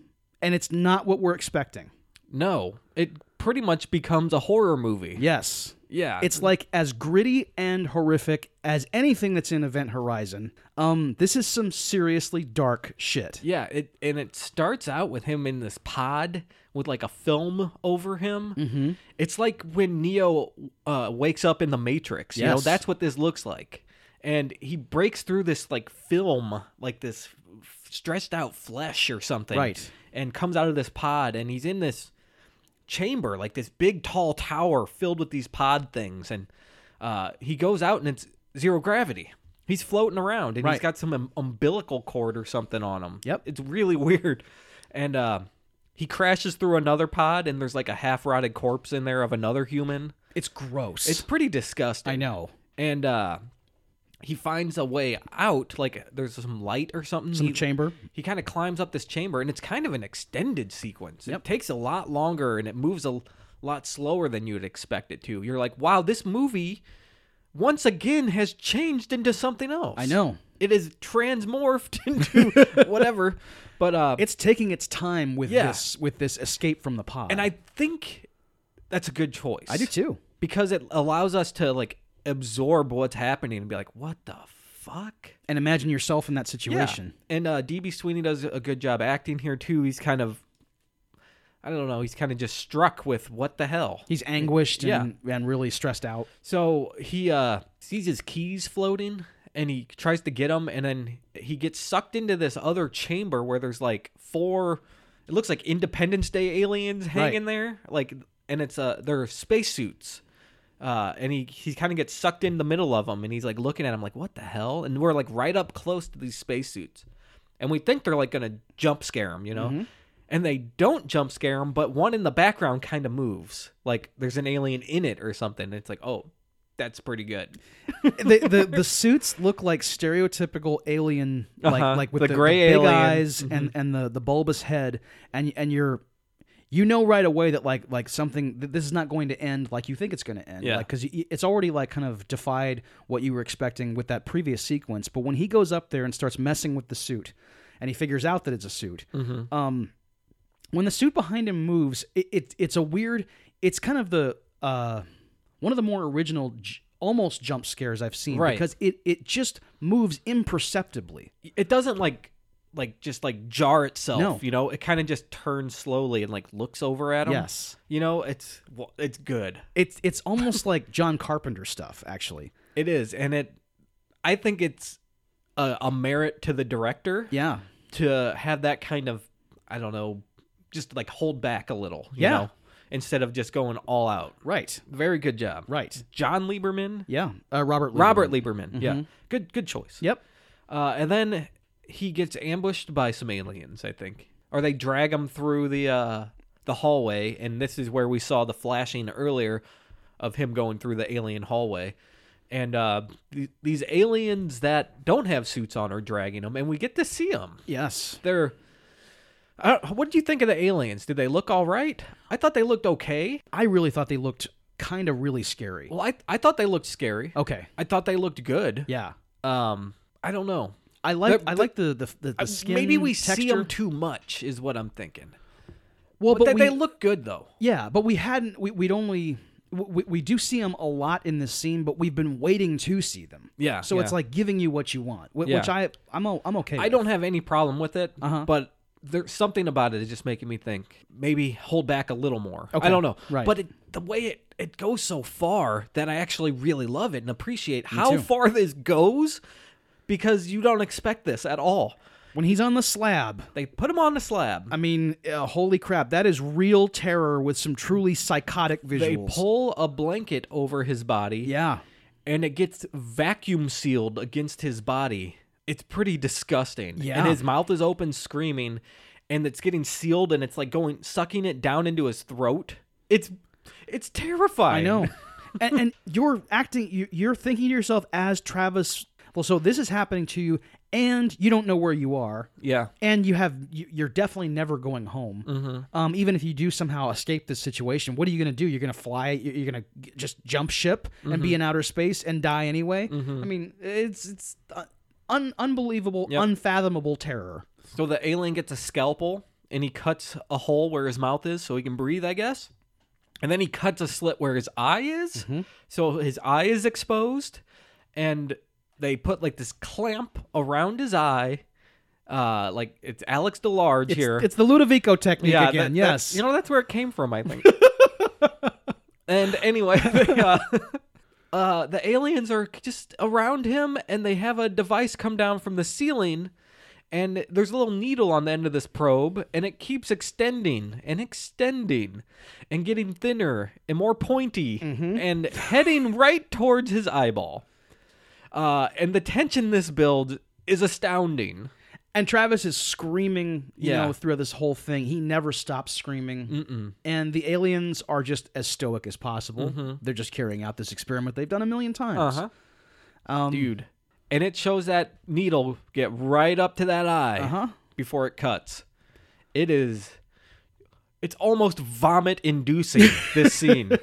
Speaker 2: and it's not what we're expecting.
Speaker 1: No, it pretty much becomes a horror movie.
Speaker 2: Yes,
Speaker 1: Yeah.
Speaker 2: it's like as gritty and horrific as anything that's in Event Horizon. Um, this is some seriously dark shit.
Speaker 1: yeah. It and it starts out with him in this pod with like a film over him. Mm-hmm. It's like when Neo uh, wakes up in the Matrix. You know,
Speaker 2: Yes.
Speaker 1: that's what this looks like. And he breaks through this like film, like this f- stretched out flesh or something.
Speaker 2: Right.
Speaker 1: And comes out of this pod, and he's in this chamber, like this big tall tower filled with these pod things, and uh, he goes out and it's zero gravity. He's floating around and he's
Speaker 2: Right.
Speaker 1: got some um, umbilical cord or something on him.
Speaker 2: Yep.
Speaker 1: it's really weird, and uh, he crashes through another pod and there's like a half rotted corpse in there of another human.
Speaker 2: It's gross.
Speaker 1: It's pretty disgusting
Speaker 2: I know.
Speaker 1: and uh he finds a way out like there's some light or something
Speaker 2: Some
Speaker 1: he,
Speaker 2: chamber.
Speaker 1: he kind of climbs up this chamber and it's kind of an extended sequence it
Speaker 2: Yep.
Speaker 1: takes a lot longer and it moves a l- lot slower than you'd expect it to you're like wow this movie once again has changed into something else
Speaker 2: I know.
Speaker 1: it is transmorphed into whatever but uh
Speaker 2: It's taking its time with
Speaker 1: Yeah.
Speaker 2: this with this escape from the pod.
Speaker 1: and i think that's a good choice
Speaker 2: I do too.
Speaker 1: because it allows us to like absorb what's happening and be like what the fuck
Speaker 2: And imagine yourself in that situation.
Speaker 1: Yeah. And uh, DB Sweeney does a good job acting here too. He's kind of, I don't know, he's kind of just struck with what the hell.
Speaker 2: He's anguished
Speaker 1: Yeah.
Speaker 2: and, and really stressed out.
Speaker 1: So he uh, sees his keys floating and he tries to get them, and then he gets sucked into this other chamber where there's like four, it looks like Independence Day aliens hanging there, like, and it's uh, they're spacesuits. Uh, and he, he kind of gets sucked in the middle of them and he's like looking at him like what the hell and we're like right up close to these spacesuits and we think they're like gonna jump scare him, you know, and they don't jump scare him, but one in the background kind of moves, like there's an alien in it or something. It's like, oh, that's pretty good.
Speaker 2: the, the the suits look like stereotypical alien like
Speaker 1: Uh-huh.
Speaker 2: like with
Speaker 1: The
Speaker 2: the,
Speaker 1: gray
Speaker 2: big
Speaker 1: alien. Mm-hmm.
Speaker 2: eyes and and the the bulbous head and and you're you know right away that like like something that this is not going to end like you think it's going to end
Speaker 1: Yeah.
Speaker 2: like cuz it's already like kind of defied what you were expecting with that previous sequence but when he goes up there and starts messing with the suit and he figures out that it's a suit um when the suit behind him moves, it, it it's a weird. It's kind of the uh, one of the more original, j- almost jump scares I've seen
Speaker 1: Right.
Speaker 2: because it it just moves imperceptibly.
Speaker 1: It doesn't like like just like jar itself,
Speaker 2: No.
Speaker 1: you know. It kind of just turns slowly and like looks over at him.
Speaker 2: Yes,
Speaker 1: you know, it's well, it's good.
Speaker 2: it's it's almost like John Carpenter stuff actually.
Speaker 1: It is, and it. I think it's a, a merit to the director
Speaker 2: Yeah,
Speaker 1: to have that kind of, I don't know, just like hold back a little, you
Speaker 2: Yeah.
Speaker 1: know, instead of just going all out.
Speaker 2: right,
Speaker 1: Very good job,
Speaker 2: right.
Speaker 1: John Lieberman,
Speaker 2: Yeah, uh, Robert. Lieberman.
Speaker 1: Robert Lieberman. Yeah, good good choice.
Speaker 2: Yep.
Speaker 1: Uh, and then he gets ambushed by some aliens, I think, or they drag him through the uh, the hallway, and this is where we saw the flashing earlier of him going through the alien hallway. And uh, th- these aliens that don't have suits on are dragging him, and we get to see them.
Speaker 2: Yes.
Speaker 1: They're. I don't, what did you think of the aliens? Did they look all right? I thought they looked okay.
Speaker 2: I really thought they looked kind of really scary.
Speaker 1: Well, I I thought they looked scary.
Speaker 2: Okay.
Speaker 1: I thought they looked good.
Speaker 2: Yeah.
Speaker 1: Um, I don't know.
Speaker 2: I like
Speaker 1: The-
Speaker 2: I
Speaker 1: the-
Speaker 2: like the the, the, the
Speaker 1: Uh,
Speaker 2: skin.
Speaker 1: Maybe we
Speaker 2: texture.
Speaker 1: see them too much, is what I'm thinking.
Speaker 2: Well,
Speaker 1: But,
Speaker 2: but
Speaker 1: they,
Speaker 2: we,
Speaker 1: they look good though.
Speaker 2: Yeah, but we hadn't. We, we'd only. We, we do see them a lot in this scene, but we've been waiting to see them.
Speaker 1: Yeah,
Speaker 2: So it's
Speaker 1: yeah.
Speaker 2: like giving you what you want, wh-
Speaker 1: Yeah.
Speaker 2: which I I'm o- I'm okay.
Speaker 1: I
Speaker 2: with.
Speaker 1: don't have any problem with it,
Speaker 2: Uh-huh.
Speaker 1: but there's something about it is just making me think maybe hold back a little more. I
Speaker 2: Okay,
Speaker 1: don't know,
Speaker 2: right.
Speaker 1: But it, the way it it goes so far that I actually really love it and appreciate how far this goes because you don't expect this at all.
Speaker 2: When he's on the slab,
Speaker 1: They put him on the slab.
Speaker 2: I mean, uh, holy crap, that is real terror with some truly psychotic
Speaker 1: they
Speaker 2: visuals.
Speaker 1: pull a blanket over his body,
Speaker 2: yeah.
Speaker 1: and it gets vacuum sealed against his body. It's pretty disgusting.
Speaker 2: Yeah.
Speaker 1: And his mouth is open screaming and it's getting sealed and it's like going sucking it down into his throat. It's it's
Speaker 2: I
Speaker 1: terrifying.
Speaker 2: know. and, and you're acting, you, you're thinking to yourself as Travis. Well, so this is happening to you, and you don't know where you are,
Speaker 1: Yeah.
Speaker 2: and you have you, you're definitely never going home.
Speaker 1: Mm-hmm.
Speaker 2: Um, even if you do somehow escape this situation, what are you going to do? You're going to fly. you- You're going to just jump ship and
Speaker 1: Mm-hmm.
Speaker 2: be in outer space and die anyway. I mean, it's it's uh, un- unbelievable, unfathomable terror.
Speaker 1: So the alien gets a scalpel and he cuts a hole where his mouth is so he can breathe, I guess. And then he cuts a slit where his eye is. So his eye is exposed and they put like this clamp around his eye. Uh, like it's Alex DeLarge here.
Speaker 2: It's the Ludovico technique
Speaker 1: yeah,
Speaker 2: again.
Speaker 1: that- that-
Speaker 2: yes.
Speaker 1: you know that's where it came from, I think. and anyway, they, uh, uh, the aliens are just around him, and they have a device come down from the ceiling, and there's a little needle on the end of this probe, and it keeps extending and extending, and getting thinner and more pointy,
Speaker 2: Mm-hmm.
Speaker 1: and heading right towards his eyeball. Uh, and the tension this builds is astounding.
Speaker 2: And Travis is screaming, you
Speaker 1: Yeah.
Speaker 2: know, throughout this whole thing. He never stops screaming. And the aliens are just as stoic as possible. They're just carrying out this experiment they've done a million times.
Speaker 1: Mm-hmm. Uh-huh.
Speaker 2: Um,
Speaker 1: dude. And it shows that needle get right up to that eye
Speaker 2: Uh-huh.
Speaker 1: before it cuts. It is, it's almost vomit inducing. this scene.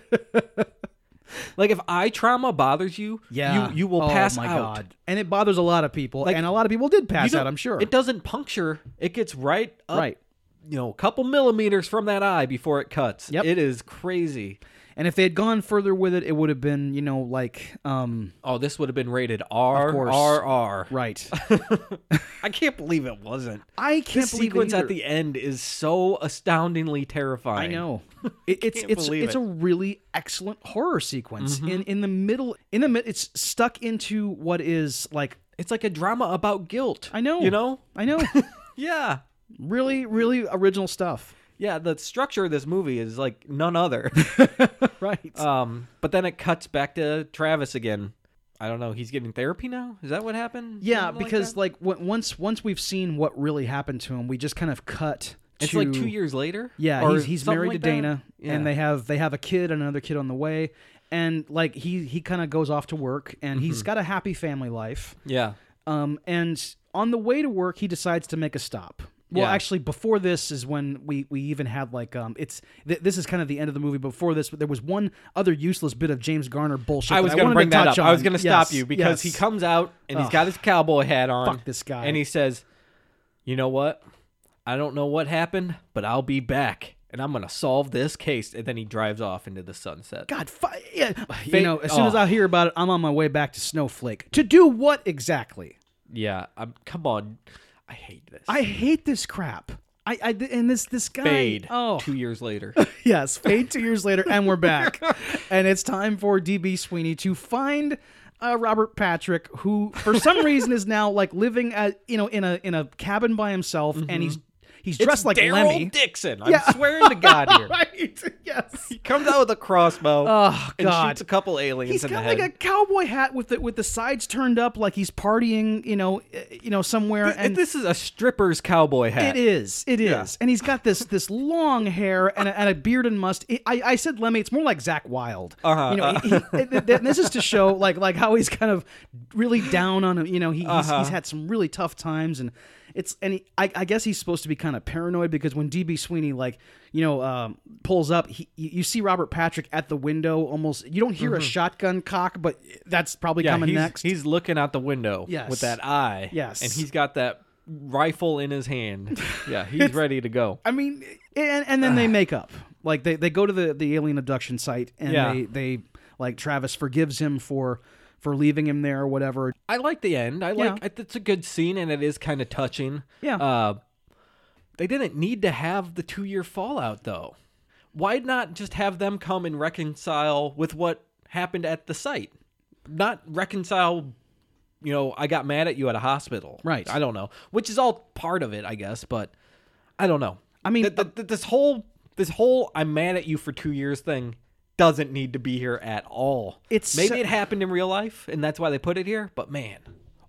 Speaker 1: Like if eye trauma bothers you,
Speaker 2: Yeah,
Speaker 1: you, you will
Speaker 2: oh
Speaker 1: pass
Speaker 2: my
Speaker 1: out.
Speaker 2: God. and it bothers a lot of people, and a lot of people did
Speaker 1: You
Speaker 2: pass
Speaker 1: don't-
Speaker 2: out. I'm sure.
Speaker 1: it doesn't puncture. It gets right up,
Speaker 2: right.
Speaker 1: you know, a couple millimeters from that eye before it cuts.
Speaker 2: Yep.
Speaker 1: It is crazy.
Speaker 2: And if they had gone further with it, it would have been, you know, like, um,
Speaker 1: Oh, this would have been rated R
Speaker 2: course.
Speaker 1: R R.
Speaker 2: right.
Speaker 1: I can't believe it wasn't.
Speaker 2: I can't
Speaker 1: this
Speaker 2: believe it
Speaker 1: sequence at
Speaker 2: either.
Speaker 1: the end is so astoundingly terrifying.
Speaker 2: I know. It, Mm-hmm. it's
Speaker 1: can't
Speaker 2: it's
Speaker 1: believe
Speaker 2: it's
Speaker 1: it.
Speaker 2: a really excellent horror sequence. In in the middle, in the mid, it's stuck into what is like
Speaker 1: It's like a drama about guilt.
Speaker 2: I know.
Speaker 1: You know?
Speaker 2: I know.
Speaker 1: Yeah.
Speaker 2: really, really original stuff.
Speaker 1: Yeah, the structure of this movie is like none other.
Speaker 2: Right.
Speaker 1: um, but then it cuts back to Travis again. I don't know. He's getting therapy now. Is that what happened?
Speaker 2: Yeah,
Speaker 1: Something like
Speaker 2: because
Speaker 1: that?
Speaker 2: like, w- once once we've seen what really happened to him, we just kind of cut.
Speaker 1: it's
Speaker 2: to,
Speaker 1: like two years later.
Speaker 2: Yeah,
Speaker 1: or
Speaker 2: he's, he's
Speaker 1: something
Speaker 2: married
Speaker 1: like
Speaker 2: to
Speaker 1: that?
Speaker 2: Dana,
Speaker 1: Yeah.
Speaker 2: and they have they have a kid and another kid on the way, and like he he kind of goes off to work, and
Speaker 1: Mm-hmm.
Speaker 2: he's got a happy family life.
Speaker 1: yeah.
Speaker 2: Um, and on the way to work, he decides to make a stop. Well,
Speaker 1: Yeah.
Speaker 2: actually, before this is when we we even had like um, it's th- this is kind of the end of the movie. Before this, but there was one other useless bit of James Garner bullshit.
Speaker 1: I was
Speaker 2: going
Speaker 1: going
Speaker 2: to
Speaker 1: bring that
Speaker 2: touch
Speaker 1: up. I was
Speaker 2: on.
Speaker 1: going to
Speaker 2: Yes,
Speaker 1: stop you because he
Speaker 2: yes.
Speaker 1: comes out and he's
Speaker 2: Ugh.
Speaker 1: got his cowboy hat on.
Speaker 2: Fuck this guy.
Speaker 1: And he says, "You know what? I don't know what happened, but I'll be back, and I'm going to solve this case." And then he drives off into the sunset.
Speaker 2: God, fu- yeah. You
Speaker 1: Fa-
Speaker 2: know, as soon as
Speaker 1: oh.
Speaker 2: I hear about it, I'm on my way back to Snowflake to do what exactly?
Speaker 1: Yeah. I'm, come on. I hate this.
Speaker 2: I hate this crap. I, I and this this guy.
Speaker 1: fade.
Speaker 2: Oh,
Speaker 1: Two years later.
Speaker 2: yes, fade two years later, and we're back. and it's time for DB Sweeney to find uh, Robert Patrick, who for some reason is now like living at you know in a in a cabin by himself, and he's he's dressed like
Speaker 1: Mm-hmm. Daryl
Speaker 2: Lemmy.
Speaker 1: Dixon. I'm swearing to God here.
Speaker 2: right? Yes.
Speaker 1: He comes out with a crossbow
Speaker 2: Oh
Speaker 1: and
Speaker 2: God.
Speaker 1: shoots a couple aliens
Speaker 2: He's
Speaker 1: in the
Speaker 2: got
Speaker 1: head.
Speaker 2: like a cowboy hat with the with the sides turned up, like he's partying, you know, uh, you know somewhere. and
Speaker 1: this is a stripper's cowboy hat.
Speaker 2: It is. It is. And he's got this this long hair and a, and a beard and must. I, I I said Lemmy. It's more like Zach Wilde.
Speaker 1: Uh-huh,
Speaker 2: You know, he- he- th- th- this is to show like like how he's kind of really down on him. You know, he, he's,
Speaker 1: Uh-huh.
Speaker 2: he's had some really tough times and. It's and he, I, I guess he's supposed to be kind of paranoid because when DB Sweeney like you know um, pulls up, he, you you see Robert Patrick at the window almost. You don't hear a shotgun cock, but that's probably
Speaker 1: Mm-hmm. Yeah,
Speaker 2: coming
Speaker 1: he's,
Speaker 2: next.
Speaker 1: he's looking out the window
Speaker 2: Yes.
Speaker 1: with that eye.
Speaker 2: Yes.
Speaker 1: And he's got that rifle in his hand. Yeah, he's ready to go.
Speaker 2: I mean, and, and then they make up. Like they, they go to the, the alien abduction site and
Speaker 1: Yeah.
Speaker 2: they, they like Travis forgives him for for leaving him there or whatever.
Speaker 1: I like the end. I like it- it's a good scene and it is kind of touching.
Speaker 2: Yeah.
Speaker 1: Uh, they didn't need to have the two year fallout though. Why not just have them come and reconcile with what happened at the site? Not reconcile. You know, I got mad at you at a hospital.
Speaker 2: Right.
Speaker 1: I don't know, which is all part of it, I guess. But I don't know.
Speaker 2: I mean,
Speaker 1: Th- th- th- this whole this whole I'm mad at you for two years thing doesn't need to be here at all.
Speaker 2: It's
Speaker 1: maybe
Speaker 2: so-
Speaker 1: it happened in real life, and that's why they put it here. But man,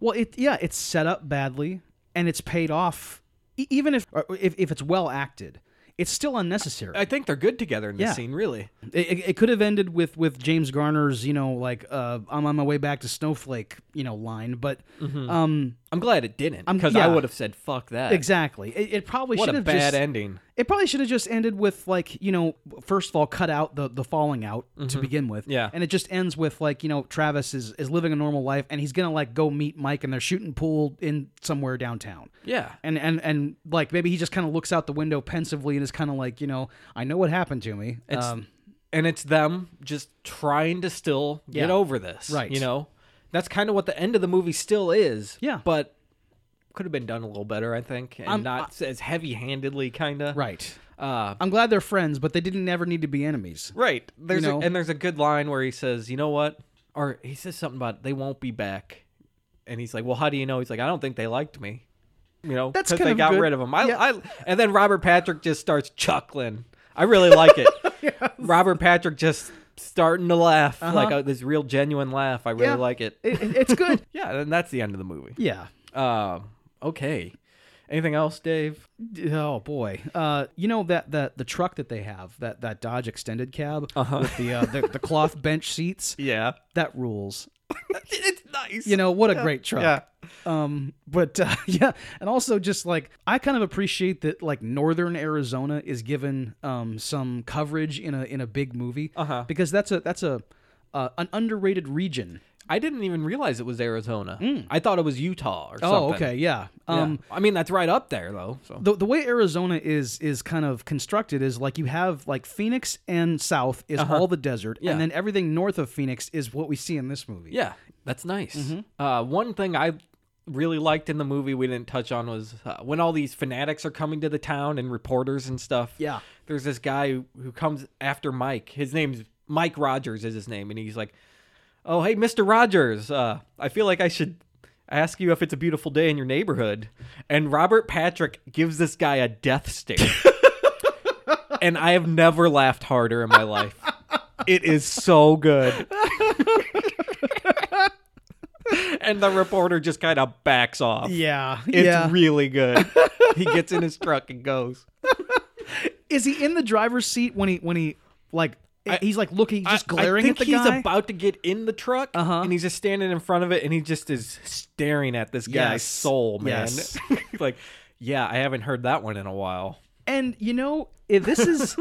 Speaker 2: Well, it yeah, it's set up badly and it's paid off. E- even if or if, if it's well acted, it's still unnecessary.
Speaker 1: I think they're good together in this
Speaker 2: Yeah.
Speaker 1: scene, really.
Speaker 2: It, it, it could have ended with with James Garner's you know like uh, I'm on my way back to Snowflake you know line, but
Speaker 1: Mm-hmm.
Speaker 2: um
Speaker 1: I'm glad it didn't because I
Speaker 2: yeah.
Speaker 1: would have said fuck that.
Speaker 2: exactly it, it probably
Speaker 1: What
Speaker 2: should
Speaker 1: a
Speaker 2: have
Speaker 1: bad
Speaker 2: just,
Speaker 1: ending.
Speaker 2: It probably should have just ended with like you know, first of all, cut out the the falling out to begin with.
Speaker 1: Mm-hmm. Yeah.
Speaker 2: and it just ends with like you know, Travis is is living a normal life and he's gonna like go meet Mike and they're shooting pool in somewhere downtown.
Speaker 1: Yeah.
Speaker 2: And, and and like maybe he just kind of looks out the window pensively and is kind of like you know I know what happened to me. um,
Speaker 1: And it's them just trying to still get
Speaker 2: Yeah.
Speaker 1: over this.
Speaker 2: Right.
Speaker 1: You know? That's kind of what the end of the movie still is.
Speaker 2: Yeah.
Speaker 1: But could have been done a little better, I think. And not as heavy handedly kinda.
Speaker 2: right.
Speaker 1: Uh
Speaker 2: I'm glad they're friends, but they didn't ever need to be enemies.
Speaker 1: Right. There's
Speaker 2: know?
Speaker 1: a, and there's a good line where he says, "You know what?" Or he says something about they won't be back, and he's like, "Well, how do you know?" He's like, "I don't think they liked me." You know,
Speaker 2: That's
Speaker 1: 'cause
Speaker 2: kind
Speaker 1: they
Speaker 2: of
Speaker 1: got
Speaker 2: good.
Speaker 1: rid of him. I,
Speaker 2: Yeah.
Speaker 1: I, and then Robert Patrick just starts chuckling. I really like it. Robert Patrick just starting to laugh like a, this real genuine laugh. I really
Speaker 2: Uh-huh. Yeah.
Speaker 1: like it.
Speaker 2: It, it- it's good.
Speaker 1: Yeah, and that's the end of the movie.
Speaker 2: yeah.
Speaker 1: Um, okay. Anything else, Dave?
Speaker 2: Oh boy, uh, you know that that the truck that they have that that Dodge extended cab
Speaker 1: Uh-huh.
Speaker 2: with the, uh, the the cloth bench seats
Speaker 1: Yeah,
Speaker 2: that rules.
Speaker 1: it's nice.
Speaker 2: You know what a great truck.
Speaker 1: yeah.
Speaker 2: Um, but uh, yeah, and also just like I kind of appreciate that like Northern Arizona is given um some coverage in a in a big movie
Speaker 1: Uh-huh.
Speaker 2: because that's a that's a uh, an underrated region.
Speaker 1: I didn't even realize it was Arizona. I thought it was Utah or something.
Speaker 2: Mm. Oh, okay, yeah. Um,
Speaker 1: Um, I mean that's right up there though. So
Speaker 2: the, the way Arizona is is kind of constructed is like you have like Phoenix and south is all the desert,
Speaker 1: Uh-huh. Yeah.
Speaker 2: and then everything north of Phoenix is what we see in this movie.
Speaker 1: yeah, that's nice. Uh, one thing I really liked in the movie we didn't touch on was uh, when all these fanatics are coming to the town and reporters and stuff.
Speaker 2: Yeah.
Speaker 1: there's this guy who, who comes after Mike. His name's Mike Rogers is his name, and he's like, "Oh hey, Mister Rogers, uh, I feel like I should." Ask you if it's a beautiful day in your neighborhood, and Robert Patrick gives this guy a death stare. and I have never laughed harder in my life. It is so good. and the reporter just kind of backs off.
Speaker 2: Yeah.
Speaker 1: It's
Speaker 2: yeah.
Speaker 1: really good. he gets in his truck and goes.
Speaker 2: Is he in the driver's seat when he when he like he's like looking, he's just glaring
Speaker 1: I think
Speaker 2: at the
Speaker 1: he's
Speaker 2: guy?
Speaker 1: about to get in the truck,
Speaker 2: Uh-huh.
Speaker 1: and he's just standing in front of it, and he just is staring at this guy's
Speaker 2: Yes.
Speaker 1: soul, man.
Speaker 2: Yes.
Speaker 1: like, yeah, I haven't heard that one in a while.
Speaker 2: and you know, if this is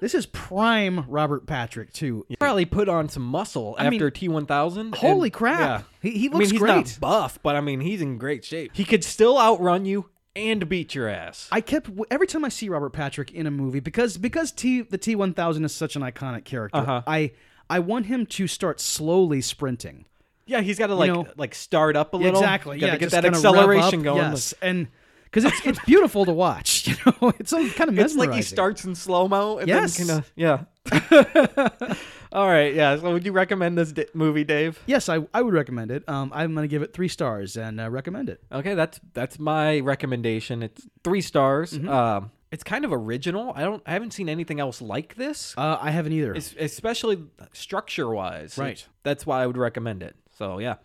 Speaker 2: this is prime Robert Patrick too.
Speaker 1: Probably put on some muscle
Speaker 2: mean,
Speaker 1: after T one thousand.
Speaker 2: Holy crap. He, he
Speaker 1: I mean,
Speaker 2: looks
Speaker 1: he's
Speaker 2: great.
Speaker 1: not buff, but I mean, he's in great shape. He could still outrun you and beat your ass.
Speaker 2: I kept every time I see Robert Patrick in a movie because because T the T one thousand is such an iconic character.
Speaker 1: Uh-huh.
Speaker 2: I I want him to start slowly sprinting.
Speaker 1: yeah, he's got to like
Speaker 2: know-
Speaker 1: like start up a little.
Speaker 2: Exactly.
Speaker 1: Gotta
Speaker 2: yeah,
Speaker 1: get
Speaker 2: just
Speaker 1: that
Speaker 2: kinda rev up,
Speaker 1: acceleration going.
Speaker 2: Yes, and because it's it's beautiful to watch. You know, it's so kind of mesmerizing.
Speaker 1: It's like he starts in slow mo. and
Speaker 2: Yes.
Speaker 1: Then kinda, yeah. All right. Yeah. So would you recommend this di- movie, Dave?
Speaker 2: Yes, I, I would recommend it. Um, I'm going to give it three stars and uh, recommend it.
Speaker 1: Okay, that's that's my recommendation. It's three stars. Um, it's kind of original. I don't, I haven't seen anything else like this,
Speaker 2: Uh, I haven't either.
Speaker 1: es- especially structure wise.
Speaker 2: Right.
Speaker 1: That's why I would recommend it. So yeah,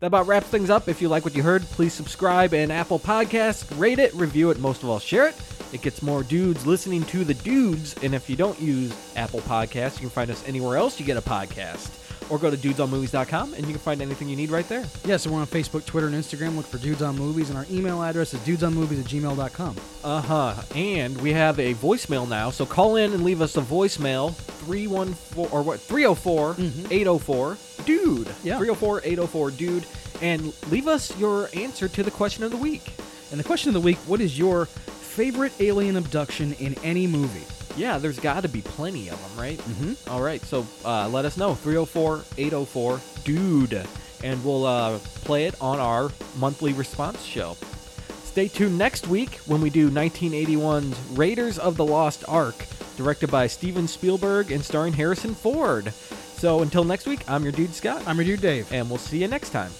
Speaker 1: that about wraps things up. If you like what you heard, please subscribe and Apple Podcasts, rate it, review it, most of all share it. It gets more dudes listening to the dudes. And if you don't use Apple Podcasts, you can find us anywhere else you get a podcast. Or go to dudesonmovies.com and you can find anything you need right there.
Speaker 2: yeah, so we're on Facebook, Twitter, and Instagram. Look for Dudes on Movies, and our email address is dudesonmovies at gmail.com.
Speaker 1: Uh huh. And we have a voicemail now, so call in and leave us a voicemail 314 or what 304 804 dude.
Speaker 2: Yeah.
Speaker 1: 304 804 dude. And leave us your answer to the question of the week.
Speaker 2: And the question of the week what is your favorite alien abduction in any movie?
Speaker 1: Yeah, there's got to be plenty of them, right? Mm-hmm. All right, so uh, let us know 304 804 DUDE, and we'll uh, play it on our monthly response show. Stay tuned next week when we do 1981's Raiders of the Lost Ark, directed by Steven Spielberg and starring Harrison Ford. So until next week, I'm your dude, Scott,
Speaker 2: I'm your dude, Dave.
Speaker 1: and we'll see you next time.